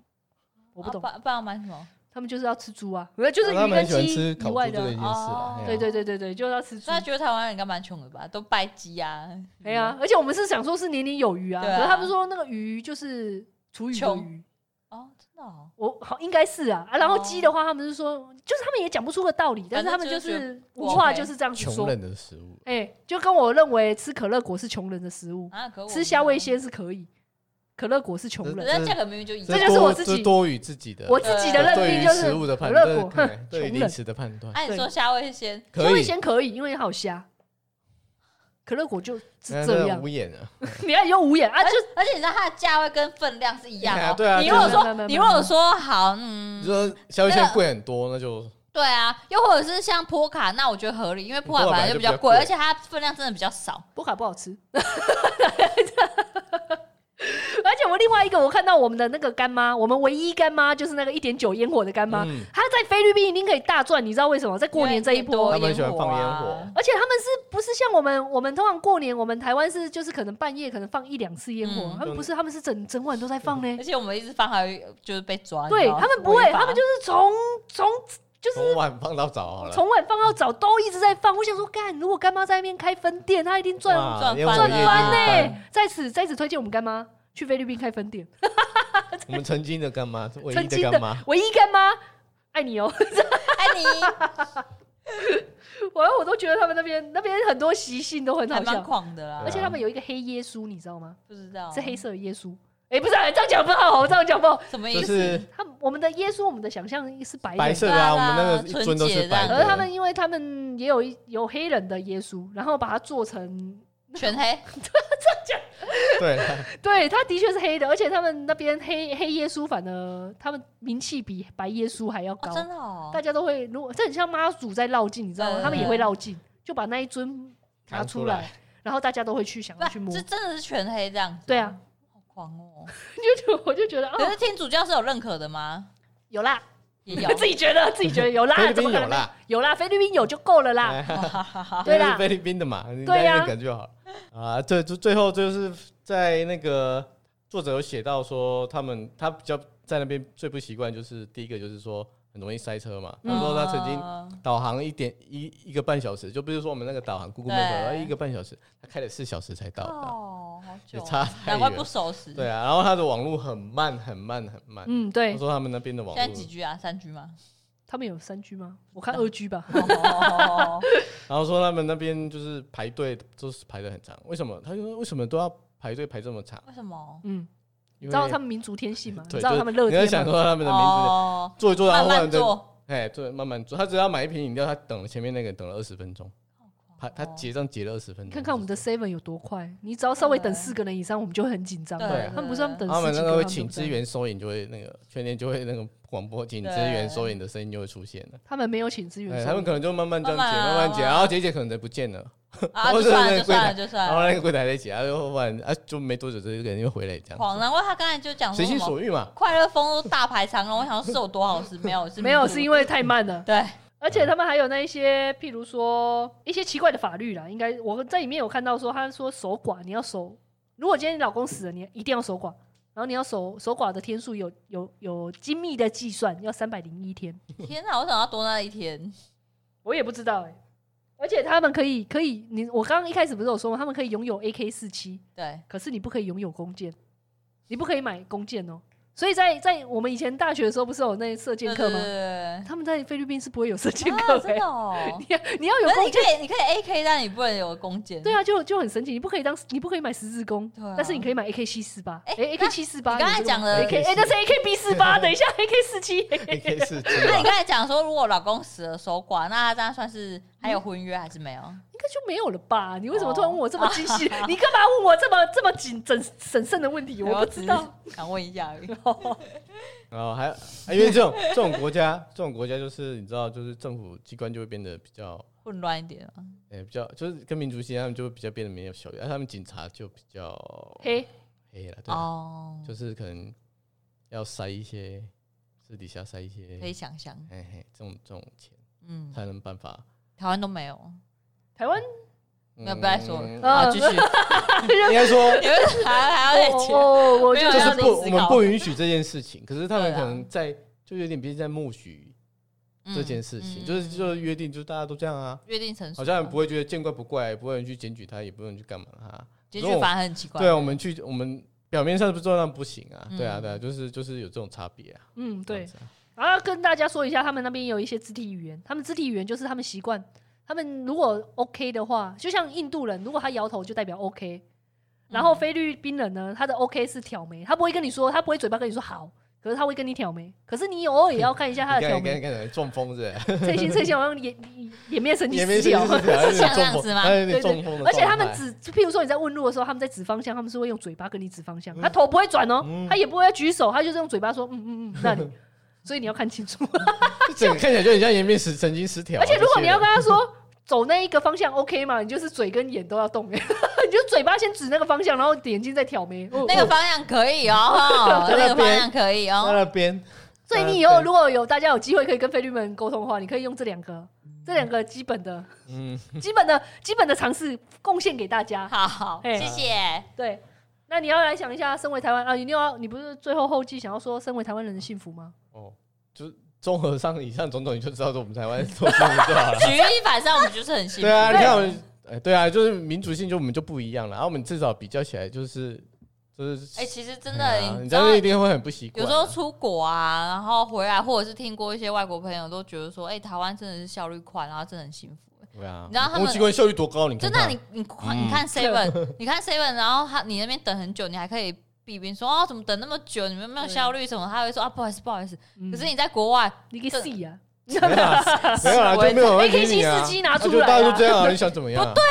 Speaker 2: 我不懂，
Speaker 1: 啊不不然要买什么？
Speaker 2: 他们就是要吃猪啊，那就是
Speaker 3: 他
Speaker 2: 鱼
Speaker 3: 们
Speaker 2: 跟
Speaker 3: 很喜欢
Speaker 2: 鸡
Speaker 3: 吃
Speaker 2: 以
Speaker 3: 烤
Speaker 2: 外
Speaker 3: 猪这
Speaker 2: 的啊
Speaker 3: 个。件事啦
Speaker 1: 哦，
Speaker 3: 哎呀
Speaker 2: 对对对对对，就是要吃猪
Speaker 1: 所以。他觉得台湾人应该蛮穷的吧，都拜鸡啊。
Speaker 2: 哎呀，而且我们是想说是年年有余啊，
Speaker 1: 对啊
Speaker 2: 可是他们说那个鱼就是厨余的
Speaker 1: 穷
Speaker 2: 鱼。
Speaker 1: 哦，真的哦，
Speaker 2: 我好应该是啊，啊然后
Speaker 1: 哦
Speaker 2: 鸡的话，他们是说，就是他们也讲不出个道理，
Speaker 1: 反
Speaker 2: 但
Speaker 1: 正
Speaker 2: 是他们就
Speaker 1: 就是觉
Speaker 2: 是
Speaker 1: 不
Speaker 2: 无话
Speaker 1: OK
Speaker 2: 就是这样子
Speaker 3: 穷
Speaker 2: 说，
Speaker 3: 人的食物，
Speaker 2: 哎、就跟我认为吃可乐果是穷人的食物，
Speaker 1: 啊，可我
Speaker 2: 吃虾味，鲜是可以，可乐果是穷
Speaker 3: 这
Speaker 1: 可
Speaker 2: 人。
Speaker 1: 是它价格明明就一
Speaker 2: 这
Speaker 1: 样。
Speaker 2: 就是
Speaker 3: 多
Speaker 2: 我自己
Speaker 3: 这多于自己的，
Speaker 2: 我自己的认
Speaker 3: 对
Speaker 2: 定
Speaker 3: 于
Speaker 2: 就是
Speaker 3: 食物的判
Speaker 2: 可乐果，
Speaker 3: 断， *laughs* 对于
Speaker 2: 穷
Speaker 3: 零
Speaker 2: 人。
Speaker 3: 食的判断，
Speaker 1: 哎，你说虾味鲜，
Speaker 2: 虾
Speaker 3: 可
Speaker 2: 味
Speaker 3: 以，
Speaker 2: 鲜可以，因为它有虾。可乐果就是
Speaker 3: 那
Speaker 2: 这
Speaker 3: 那
Speaker 2: 样
Speaker 3: 无，哎眼啊，
Speaker 2: *laughs* 你看有五眼啊，
Speaker 1: 而
Speaker 2: 就
Speaker 1: 且而且你知道它的价位跟分量是一样
Speaker 3: 哎
Speaker 1: 哦
Speaker 3: 呀。 *laughs* 对啊
Speaker 1: 你
Speaker 3: 就
Speaker 1: 如果
Speaker 2: 是没
Speaker 1: 说你
Speaker 2: 有没有没
Speaker 1: 如
Speaker 2: 有
Speaker 1: 果说好，
Speaker 3: 你
Speaker 1: 嗯，
Speaker 3: 说消
Speaker 1: 那
Speaker 3: 费线
Speaker 1: 个
Speaker 3: 贵很多，那就
Speaker 1: 对啊，又或者是像波卡，那我觉得合理，因为波卡
Speaker 3: 波
Speaker 1: 本
Speaker 3: 卡
Speaker 1: 来
Speaker 3: 本来
Speaker 1: 就
Speaker 3: 就
Speaker 1: 比较
Speaker 3: 比较
Speaker 1: 贵，
Speaker 3: 贵
Speaker 1: 而且它分量真的比较少。
Speaker 2: 波卡不好吃。 *laughs* 而且我另外一个，我看到我们的那个干妈，我们唯一干妈就是那个一点九烟火的干妈，
Speaker 3: *laughs* 嗯，
Speaker 2: 她在菲律宾一定可以大赚，你知道为什么？在过年这一波
Speaker 1: 因为，
Speaker 3: 他们喜欢放
Speaker 1: 烟
Speaker 3: 烟
Speaker 1: 火
Speaker 3: 火
Speaker 1: 啊，
Speaker 2: 而且他们是不是像我们？我们通常过年，我们台湾是就是可能半夜可能放一两次烟火
Speaker 1: 嗯，
Speaker 2: 他们不是，他们是整整晚都在放呢
Speaker 3: 嗯
Speaker 1: 而。且我们一直放，还会就是被抓。你
Speaker 2: 对
Speaker 1: 知道吗
Speaker 2: 他们不会，
Speaker 1: 违法
Speaker 2: 他们就是从从就是
Speaker 3: 从晚放到早好了，
Speaker 2: 从晚放到早都一直在放。我想说，干，如果干妈在那边开分店，她一定赚
Speaker 3: 哇嗯
Speaker 1: 赚
Speaker 3: 烟火
Speaker 1: 翻
Speaker 3: 夜
Speaker 1: 了
Speaker 3: 一定
Speaker 1: 翻
Speaker 2: 对，
Speaker 3: 翻
Speaker 2: 在此在此推荐我们干妈去菲律宾开分店，
Speaker 3: 我们曾经的干妈，唯一
Speaker 2: 曾
Speaker 3: 的
Speaker 2: 经
Speaker 3: 干
Speaker 2: 的
Speaker 3: 妈， *laughs*
Speaker 2: 唯一干妈，爱你哦！ *laughs*
Speaker 1: 爱哎你，
Speaker 2: 我我都觉得他们那边那边很多习性都很
Speaker 1: 还
Speaker 2: 好
Speaker 1: 蛮
Speaker 2: 笑，
Speaker 3: 嗯
Speaker 1: 狂的啦。
Speaker 2: 而且他们有一个黑耶稣，你知道吗？
Speaker 1: 不知道哦
Speaker 2: 是黑色的耶稣，哎、不是、啊、这样讲不好，这样讲不好。
Speaker 1: 什么意
Speaker 3: 就
Speaker 1: 思？
Speaker 3: 是
Speaker 2: 他我们的耶稣，我们的想象是白人
Speaker 3: 白色的啊，我们那个尊都是白
Speaker 2: 可是
Speaker 3: 的。
Speaker 2: 他们因为他们也有一有黑人的耶稣，然后把它做成，
Speaker 1: 全黑，哦
Speaker 3: 对，
Speaker 2: 对，他的确是黑的，而且他们那边黑黑耶稣反而他们名气比白耶稣还要高，
Speaker 1: 哦、真的哦
Speaker 2: 大。家都会如果这很像妈祖在绕境，你知道吗？
Speaker 1: 嗯
Speaker 2: 他们也会绕境，就把那一尊拿
Speaker 3: 扛
Speaker 2: 出
Speaker 3: 出
Speaker 2: 来
Speaker 3: 来，
Speaker 2: 然后大家都会去想要去
Speaker 1: 不
Speaker 2: 摸 *laughs*
Speaker 1: 是，，真的是全黑这样子。
Speaker 2: 对啊，
Speaker 1: 好狂哦！
Speaker 2: 就就我就觉得
Speaker 1: 可
Speaker 2: 哦，
Speaker 1: 是天主教是有认可的吗？
Speaker 2: 有啦，，
Speaker 1: 也 *laughs* 有
Speaker 2: *laughs* 自己觉得自己觉得有
Speaker 3: 菲
Speaker 2: 啦，
Speaker 3: 律
Speaker 2: 怎么
Speaker 3: 宾
Speaker 2: 可能
Speaker 3: 有
Speaker 2: 没
Speaker 3: 啦，
Speaker 2: 有啦，菲律宾有就够了啦，
Speaker 3: 哎
Speaker 2: *laughs* 对
Speaker 3: 那
Speaker 2: 啦
Speaker 3: 是，菲律宾
Speaker 2: *laughs*
Speaker 3: 的嘛，你
Speaker 2: 对
Speaker 3: 在
Speaker 2: 呀
Speaker 3: 那梗就好了啊。最最最后就是在那个作者有写到说，他们他比较在那边最不习惯就是第一个就是说很容易塞车嘛。 *laughs*
Speaker 2: 嗯
Speaker 3: 他说他曾经
Speaker 1: 经
Speaker 3: *laughs* 导航一点一一个半小时，就比如说我们那个导航 Google
Speaker 1: 对
Speaker 3: Map 啊一个半小时，他开了四小时才到达。
Speaker 1: 哦，好久
Speaker 3: 也
Speaker 1: 哦，
Speaker 3: 差太
Speaker 1: 难怪
Speaker 3: 远
Speaker 1: 不守时。
Speaker 3: 对啊，然后他的网络很慢很慢很慢。
Speaker 2: 嗯，
Speaker 3: 他
Speaker 2: 对，
Speaker 3: 说他们那边的网
Speaker 1: 现在几
Speaker 3: 络，
Speaker 1: 居啊？三居
Speaker 3: *laughs*
Speaker 1: 吗？
Speaker 2: 他们有三 G 吗？我
Speaker 1: 嗯
Speaker 2: 看二 G 吧。
Speaker 1: 哦
Speaker 3: 然后说他们那边就是排队都是排的很长，为什么？他就说为什么都要排队排这么长？
Speaker 1: 为什么？
Speaker 2: 嗯，
Speaker 3: 因
Speaker 2: 你
Speaker 3: 为
Speaker 2: 知道他们民族天性嘛？你
Speaker 3: 对，
Speaker 2: 知道
Speaker 3: 就是
Speaker 2: 他们乐
Speaker 3: 你要
Speaker 2: 天
Speaker 3: 想
Speaker 2: 嘛？
Speaker 3: 说他们的名字，
Speaker 1: 哦，
Speaker 3: 坐一坐，然
Speaker 1: 慢
Speaker 3: 后忽然
Speaker 1: 慢
Speaker 3: 就
Speaker 1: 做，
Speaker 3: 哎，对，慢慢坐。他只要买一瓶饮料，他等了前面那个等了二十分钟，他他结账结了二十分
Speaker 2: 你哦
Speaker 3: 钟。
Speaker 2: 看看我们的 Seven 有多快，你只要稍微等四个人以上，我们就会很紧张了。
Speaker 3: 对啊
Speaker 2: 他们不是他们等
Speaker 3: 然后
Speaker 2: 十
Speaker 3: 他们
Speaker 2: 几
Speaker 3: 那
Speaker 2: 个，
Speaker 3: 个会
Speaker 2: 他们
Speaker 3: 请
Speaker 2: 不等
Speaker 3: 支，援收银，就会那个全年就会那个广播请支援收银的声音就会出现了。
Speaker 2: 他们没有请支援
Speaker 3: 哎，
Speaker 2: 手，
Speaker 3: 他们可能就慢慢这样结，
Speaker 1: 慢慢啊
Speaker 3: 慢慢
Speaker 1: 慢
Speaker 3: 结，
Speaker 1: 慢
Speaker 3: 然后结一结可能就不见了，
Speaker 1: 啊，
Speaker 3: 我
Speaker 1: 就
Speaker 3: 真
Speaker 1: 算了，就
Speaker 3: 的在柜
Speaker 1: 算
Speaker 3: 台
Speaker 1: 了，就算
Speaker 3: 然后
Speaker 1: 了。
Speaker 3: 那个柜台在结，然后忽然啊就没多久，这个人又回来这样，
Speaker 1: 狂，难怪他刚才就讲说
Speaker 3: 随
Speaker 1: 什
Speaker 3: 心
Speaker 1: 么
Speaker 3: 所
Speaker 2: *laughs*
Speaker 3: 欲嘛。
Speaker 1: 快乐风都大排长龙，我想说是有多好吃，没有是
Speaker 2: 没有是因
Speaker 1: 为
Speaker 2: 为太慢
Speaker 3: *laughs*
Speaker 2: 了。
Speaker 1: 对
Speaker 2: 而且他们还有那一些，譬如说一些奇怪的法律啦，应该我在里面有看到说，他说守寡你要守，如果今天你老公死了，你一定要守寡，然后你要守守寡的天数有有有精密的计算，要三百零一天。
Speaker 1: 天哪，我想要多那一天，
Speaker 2: 我也不知道哎、而且他们可以可以，你我刚刚一开始不是有说吗？他们可以拥有 AK 四七，
Speaker 1: 对，
Speaker 2: 可是你不可以拥有弓箭，你不可以买弓箭哦。所以在在我们以前大学的时候，不是有那射箭
Speaker 1: 对
Speaker 2: 课
Speaker 1: 对对
Speaker 2: 吗？
Speaker 1: 对
Speaker 2: 他们在菲律宾是不会有射箭
Speaker 1: 对，
Speaker 2: 课
Speaker 1: 啊，真
Speaker 2: 的、
Speaker 1: 的哦。
Speaker 2: 你要你要有
Speaker 1: 可是
Speaker 2: 弓
Speaker 1: 你可
Speaker 2: 箭，
Speaker 1: 以，你可以 AK，但你不能有弓箭。
Speaker 2: 对
Speaker 1: 啊，
Speaker 2: 啊，就就很神奇，你不可以当你不可以买十字弓，
Speaker 1: 对啊
Speaker 2: 但是你可以买 AK 七四八，
Speaker 1: 哎
Speaker 2: 哎 AK 七四八，
Speaker 1: 你刚才讲了
Speaker 2: AK，哎那是 AKB 四八，等一下 AK 四七，
Speaker 3: AK 四七
Speaker 1: 那
Speaker 3: 啊
Speaker 1: 你刚才讲说，如果老公死了守寡，那他这样算是还有婚约还是没有？
Speaker 2: 应该就没有了吧？你为什么突然
Speaker 1: 哦
Speaker 2: 问我这么精
Speaker 3: *laughs*
Speaker 2: 细？你干嘛问我这么这么谨谨审慎的问题？我不知道。，
Speaker 1: 想问一下而已。
Speaker 3: 然后还有，因为这种这种国家，这种国家就是你知道，就是政府机关就会变得比较，
Speaker 1: 混乱一点啊，
Speaker 3: 呃、比较就是跟民族性，他们就会比较变得没有效率，而他们警察就比较
Speaker 2: 嘿，
Speaker 3: 黑了，对，啊
Speaker 1: 哦，
Speaker 3: 就是可能要塞一些，私底下塞一些，
Speaker 1: 可以想象，
Speaker 3: 嘿嘿，这种这种钱
Speaker 1: 嗯，
Speaker 3: 才能办法。
Speaker 1: 台湾都没
Speaker 2: *laughs*
Speaker 1: 有，
Speaker 2: 台湾
Speaker 1: 那不要再说了 *laughs*
Speaker 3: 嗯啊，继续。应该说，
Speaker 1: 你们还还
Speaker 3: 哎
Speaker 1: 要再钱，
Speaker 2: 哦，我
Speaker 1: 没
Speaker 2: 就
Speaker 1: 有
Speaker 3: 就是
Speaker 1: 要
Speaker 3: 不，
Speaker 1: 临
Speaker 3: 我
Speaker 1: 时
Speaker 3: 们
Speaker 1: 搞 *laughs*
Speaker 3: 不允许这件事情。可是他们
Speaker 1: 对啊
Speaker 3: 可能在，就有点毕竟在默许
Speaker 1: 嗯
Speaker 3: 这件事情，
Speaker 1: 嗯
Speaker 3: 就是就是约定，就是大家都这样啊。
Speaker 1: 约定成熟，
Speaker 3: 好像不会觉得见怪不怪，不会有人去检举他，也不用去干嘛啊他。
Speaker 1: 结局反而很奇怪，
Speaker 3: 对啊，我们去我们表面上不做那不行啊，
Speaker 1: 嗯
Speaker 3: 对啊对啊，就是就是有这种差别啊。
Speaker 2: 嗯
Speaker 3: 这
Speaker 2: 对
Speaker 3: 样，子啊，
Speaker 2: 然后跟大家说一下，他们那边有一些肢体语言，他们肢体语言就是他们习惯，他们如果 OK 的话，就像印度人，如果他摇头就代表 OK，然
Speaker 3: 嗯
Speaker 2: 后菲律宾人呢，他的 OK 是挑眉，他不会跟你说，他不会嘴巴跟你说好，可是他会跟你挑眉，可是你偶尔也要看一下他的
Speaker 3: 你
Speaker 2: 挑
Speaker 3: 看你看
Speaker 2: 眉，
Speaker 3: 你看中风是
Speaker 1: *laughs*
Speaker 3: 不是，
Speaker 2: 这些这些好像也也也没有神经哦
Speaker 3: 也没
Speaker 2: 失
Speaker 3: 事
Speaker 2: 调。
Speaker 3: 是不是有点
Speaker 1: 像这样
Speaker 3: 中
Speaker 1: 子
Speaker 3: 风，
Speaker 1: 吗
Speaker 3: 哎他有
Speaker 2: 对
Speaker 3: 点中风的
Speaker 2: 而且他
Speaker 3: 状态
Speaker 1: *laughs*
Speaker 2: 们
Speaker 3: 哎
Speaker 2: 指，就譬如说你在问路的时候，他们在指方向，他们是会用嘴巴跟你指方
Speaker 3: 嗯
Speaker 2: 向，他头不会转哦，他也不会举手，他就是用嘴巴说嗯嗯嗯那
Speaker 3: *laughs*
Speaker 2: 里，所以你要看清楚。
Speaker 3: 这整个看起来就很像颜面失神经失调啊。
Speaker 2: 而且如果
Speaker 3: 这些
Speaker 2: 你要
Speaker 3: 人
Speaker 2: 跟他说走那一个方向 OK 嘛，你就是嘴跟眼都要动， *laughs* 你就嘴巴先指那个方向，然后眼睛在挑眉。
Speaker 3: 嗯
Speaker 2: 哦
Speaker 1: *laughs* 那个
Speaker 2: 哦
Speaker 1: 方向可以哦，
Speaker 3: 在
Speaker 1: 那
Speaker 3: 那
Speaker 1: 个
Speaker 3: 边
Speaker 1: 方向可以
Speaker 3: 在
Speaker 1: 哦，
Speaker 3: 那边，
Speaker 2: 所以你以后如果有大家有机会可以跟菲律宾人沟通的话，你可以用这两个。这两个基本
Speaker 3: *laughs*
Speaker 2: 的、
Speaker 3: 嗯，
Speaker 2: 基本的、基本的尝试贡献给大家。
Speaker 1: 好，
Speaker 2: 嘿
Speaker 1: 谢
Speaker 3: 啊
Speaker 1: 谢。
Speaker 2: 对，那你要来想一下，身为台湾啊，你要你不是最后后记想要说身为台湾人的幸福吗？
Speaker 3: 哦，就是综合上以上种种，你就知道说我们台湾做什么就好了。
Speaker 1: 举一反三，我们就是很幸福。
Speaker 3: *laughs* 对啊，你看我们，哎，对啊，就是民族性就我们就不一样了，然后啊我们至少比较起来就是就是
Speaker 1: 哎、其实真
Speaker 3: 对啊
Speaker 1: 的，
Speaker 3: 你
Speaker 1: 你
Speaker 3: 这
Speaker 1: 知道
Speaker 3: 样，一定会很不习惯
Speaker 1: 有
Speaker 3: 啊。
Speaker 1: 时候出国啊，然后回来，或者是听过一些外国朋友都觉得说，哎、台湾真的是效率快，然后真的很幸福。
Speaker 3: 对啊，
Speaker 1: 你知道他们
Speaker 3: 公务机关效率多高？你
Speaker 1: 真
Speaker 3: 看
Speaker 1: 的啊，
Speaker 3: 看
Speaker 1: 你你看你看 Seven，你看 Seven，然后他你那边等很久，你还可以。弊病，说哦怎么等那么久，你们没有
Speaker 2: 对
Speaker 1: 效率什么，他会说啊不好意思不好意思。
Speaker 2: 嗯
Speaker 1: 可是你在国外，
Speaker 2: 你给
Speaker 1: 这
Speaker 2: C 啊，
Speaker 3: 没有啦，没
Speaker 2: *laughs*
Speaker 3: 有啦，啊就没有人会理你啊。
Speaker 2: AK47 拿出来啊
Speaker 3: 啊就大家就这样啊，你想怎么样？对，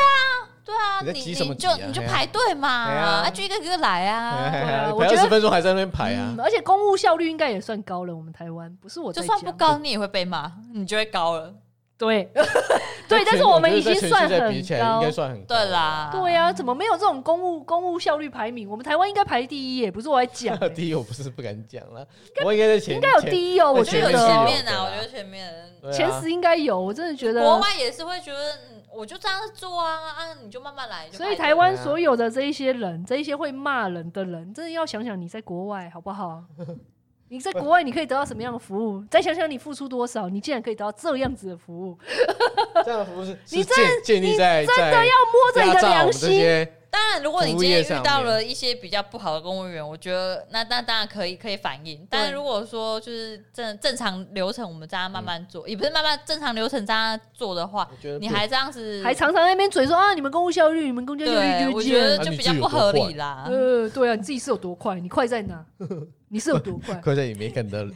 Speaker 1: 对啊，
Speaker 3: 你在
Speaker 1: 你
Speaker 3: 急什么
Speaker 1: 你
Speaker 3: 急
Speaker 1: 就
Speaker 3: 啊
Speaker 1: 你就
Speaker 3: 哎呀
Speaker 1: 排队嘛，
Speaker 3: 哎呀
Speaker 1: 啊就一个一个来啊，
Speaker 2: 啊我
Speaker 3: 排
Speaker 2: 觉
Speaker 3: 二
Speaker 2: 得
Speaker 3: 十分钟哎还在那边排啊
Speaker 2: 嗯，。而且公务效率应该也算高了，我们台湾不是我在
Speaker 1: 就算不
Speaker 2: 讲
Speaker 1: 高你也会被骂，你就会高了。
Speaker 2: 对对，但是我们已经算
Speaker 3: 在全世界比
Speaker 2: 很
Speaker 3: 起来应
Speaker 2: 高
Speaker 3: 该。算很高
Speaker 1: 对。啦，
Speaker 2: 对呀、啊，怎么没有这种公务公务效率排名？我们台湾应该排第一耶，不是我在讲耶、
Speaker 3: *laughs* 第一我不是不敢讲了，我应该在前
Speaker 2: 应该有
Speaker 3: 前
Speaker 2: 第一哦、我
Speaker 1: 我觉
Speaker 2: 觉
Speaker 1: 得
Speaker 3: 前
Speaker 1: 有
Speaker 2: 得
Speaker 1: 前
Speaker 2: 哦
Speaker 1: 面
Speaker 3: 对
Speaker 1: 啊，
Speaker 3: 啊
Speaker 1: 我觉得前面。
Speaker 3: 对啊
Speaker 2: 前十应该有，我真的觉
Speaker 1: 国
Speaker 2: 得。
Speaker 1: 外也是会觉得，嗯我就这样做啊啊，你就慢慢来。你就啊
Speaker 2: 所以
Speaker 1: 排队
Speaker 2: 台湾所有的这一些人，这一些会骂人的人，真的要想想你在国外好
Speaker 1: *laughs*
Speaker 2: 不好？你在国外你可以得到什么样的服务？再想想你付出多少，你竟然可以得到这样子的服
Speaker 1: *laughs*
Speaker 2: 务，
Speaker 3: 这样的服务是
Speaker 2: 你
Speaker 3: 是
Speaker 2: 真
Speaker 3: 建建立在真的
Speaker 2: 摸着
Speaker 3: 要
Speaker 2: 你的良
Speaker 3: 这
Speaker 2: 心，
Speaker 3: 些
Speaker 1: 当然，如果你
Speaker 3: 服务
Speaker 1: 今天
Speaker 3: 业
Speaker 1: 遇
Speaker 3: 上
Speaker 1: 到
Speaker 3: 面
Speaker 1: 了一些比较不好的公务员，我觉得那那当然可以可以反映。但如果说就是正正常流程，我们这样慢慢
Speaker 2: 嗯
Speaker 1: 做，也不是慢慢正常流程这样做的话，
Speaker 3: 我觉得
Speaker 1: 你
Speaker 3: 不
Speaker 1: 还这样子，
Speaker 2: 还常常在那边嘴说啊，你们公务效率，你们公务效率
Speaker 1: 对，
Speaker 2: 溜
Speaker 1: 我
Speaker 2: 尖
Speaker 1: 觉得
Speaker 3: 啊
Speaker 1: 就比
Speaker 3: 你自
Speaker 1: 较
Speaker 3: 己
Speaker 1: 不
Speaker 3: 有
Speaker 1: 合
Speaker 3: 多
Speaker 1: 理啦。
Speaker 2: 呃，对啊，你自己是有多快？你快
Speaker 1: *laughs*
Speaker 2: 在哪？你是有多快？
Speaker 3: 可以没看到了，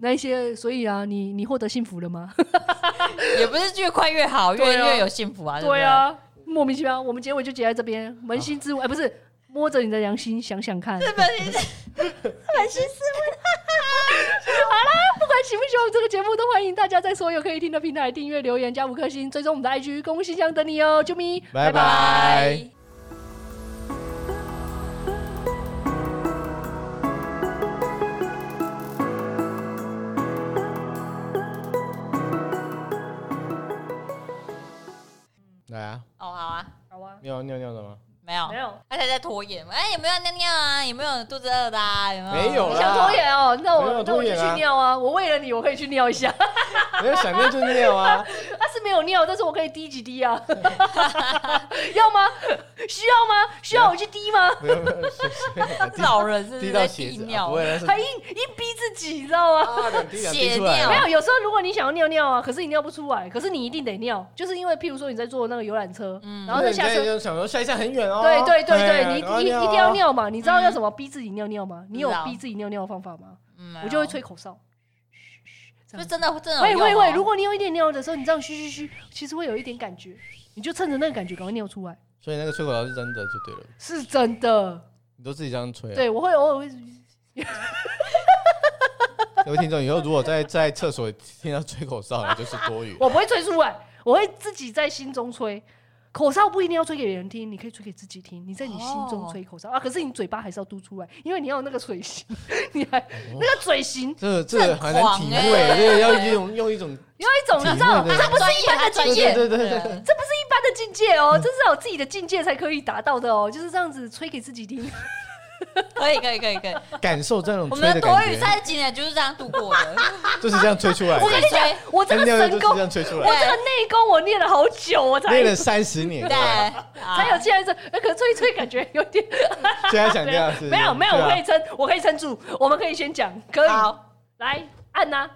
Speaker 2: 那一些，所以啊，你你获得幸福了吗？
Speaker 1: 也不是越快越好，越
Speaker 2: 对啊
Speaker 1: 越有幸福啊。对不
Speaker 2: 对
Speaker 1: 对，
Speaker 2: 啊，莫名其妙，我们结尾就结在这边，扪心自问，哎，不是摸着你的良心想想看，
Speaker 1: 本身
Speaker 2: 不管 *laughs* 喜不喜欢我们这个节目，都欢迎大家在所有可以听的平台订阅、留言、加五颗星，追踪我们的 IG 公共信箱等你哦，啾咪，
Speaker 1: *laughs*
Speaker 3: 拜
Speaker 1: 拜
Speaker 3: 拜。。来啊，
Speaker 1: 哦，好啊，
Speaker 2: 好啊，
Speaker 3: 你有尿尿的吗？
Speaker 1: 没有
Speaker 2: 没，有，
Speaker 1: 而且在拖延。哎，有没有尿尿啊？有没有肚子饿的啊？有没有？
Speaker 3: 没有
Speaker 2: 你
Speaker 3: 啦
Speaker 2: 想拖延哦，那
Speaker 3: 没
Speaker 2: 我
Speaker 3: 有
Speaker 2: 那我就
Speaker 3: 拖延
Speaker 2: 去
Speaker 3: 啊
Speaker 2: 尿啊，我为了你，我可以去尿一下， *laughs*
Speaker 3: 没有想尿就
Speaker 1: *laughs*
Speaker 3: 尿啊，
Speaker 2: 他是没有尿，但是我可以滴几滴
Speaker 3: *laughs*
Speaker 2: 啊，要吗？需要吗？需要我去滴吗？
Speaker 3: 没有没有，谁谁啊
Speaker 1: *laughs*
Speaker 3: 滴
Speaker 1: 老人是不
Speaker 3: 滴
Speaker 1: 是
Speaker 3: 到
Speaker 1: 在
Speaker 3: 鞋
Speaker 1: 滴
Speaker 3: 子，啊
Speaker 1: 尿
Speaker 3: 不，会那是
Speaker 2: 还硬硬逼自己，你知道吗？
Speaker 3: 啊，两滴两
Speaker 1: 血
Speaker 3: 滴出来
Speaker 1: 尿
Speaker 2: 哎没
Speaker 3: 了，
Speaker 2: 有，有时候如果你想要尿尿啊，可是你尿不出来，可是你一定得尿，就是因为譬如说你在坐那个游览车，
Speaker 1: 嗯
Speaker 2: 然后再下车
Speaker 3: 你就想说下一站很远哦，
Speaker 2: 对对对
Speaker 3: 哎
Speaker 2: 对，
Speaker 3: 呀
Speaker 2: 你一
Speaker 3: 赶快
Speaker 2: 定一定要
Speaker 3: 哦。
Speaker 2: 尿嘛，你知道要
Speaker 1: 嗯
Speaker 2: 怎么逼自己尿尿吗？你
Speaker 1: 知
Speaker 2: 有
Speaker 1: 道
Speaker 2: 逼自己尿尿的方法吗？
Speaker 1: 嗯没有
Speaker 2: 我就会吹口哨，这
Speaker 1: 就
Speaker 2: 样
Speaker 1: 真的真的
Speaker 2: 会
Speaker 1: 有用
Speaker 2: 会
Speaker 1: 哦
Speaker 2: 会，如果你有一点尿的时候，你这样嘘嘘嘘，其实会有一点感觉，你就趁着那个感觉赶快尿出来，
Speaker 3: 所以那个吹口哨是真的就对了，
Speaker 2: 是真的。
Speaker 3: 你都自己这样吹啊。
Speaker 2: 对，我会偶尔会，
Speaker 3: 各位听众，以后如果在在厕所听到吹口哨，你就是多余。
Speaker 2: 我不会吹出来，我会自己在心中吹。口哨不一定要吹给别人听，你可以吹给自己听。你在你心中
Speaker 1: 哦
Speaker 2: 吹口哨、啊，可是你嘴巴还是要嘟出来，因为你要有那个嘴型， *laughs* 你还、那个嘴型
Speaker 3: 这个这个很
Speaker 1: 这很
Speaker 3: 难体
Speaker 1: 狂欸
Speaker 3: 会，这个要一种用一种
Speaker 2: 有一种
Speaker 3: 体
Speaker 2: 你知道，
Speaker 3: 会
Speaker 2: 这
Speaker 3: 的
Speaker 1: 他
Speaker 2: 不是
Speaker 1: 专业，他专业，
Speaker 3: 对对对对对
Speaker 2: 这不是一般的境界
Speaker 3: 嗯
Speaker 2: 哦，这是有自己的境界才可以达到的哦，就是这样子吹给自己
Speaker 3: *laughs*
Speaker 2: 听。
Speaker 1: 可以可以可以可以。
Speaker 3: 感受这种
Speaker 1: 我
Speaker 3: 吹
Speaker 1: 们的
Speaker 3: 的
Speaker 1: 国语
Speaker 3: 感
Speaker 1: 赛
Speaker 3: 觉，
Speaker 1: 今年就是这样度过的。
Speaker 3: 就是这样吹出来
Speaker 2: 我跟你
Speaker 3: 的。
Speaker 2: 讲，我这个
Speaker 3: 跟尿尿就
Speaker 2: 神
Speaker 3: 是这
Speaker 2: 功，
Speaker 3: 样吹出
Speaker 2: 我
Speaker 3: 来的，
Speaker 2: 这个内功，我练了好久，我才
Speaker 3: 练了三十 *laughs* 年，
Speaker 1: 对，
Speaker 2: 才
Speaker 1: 还
Speaker 3: 啊
Speaker 2: 有现在这，呃可是吹一吹感觉有点
Speaker 3: 现在想这样是不
Speaker 2: *laughs*
Speaker 3: 是
Speaker 2: 没有没有，
Speaker 3: 对啊
Speaker 2: 我可以撑，我可以撑住，我们可以先讲，可以
Speaker 1: 好。
Speaker 2: 来按呐、啊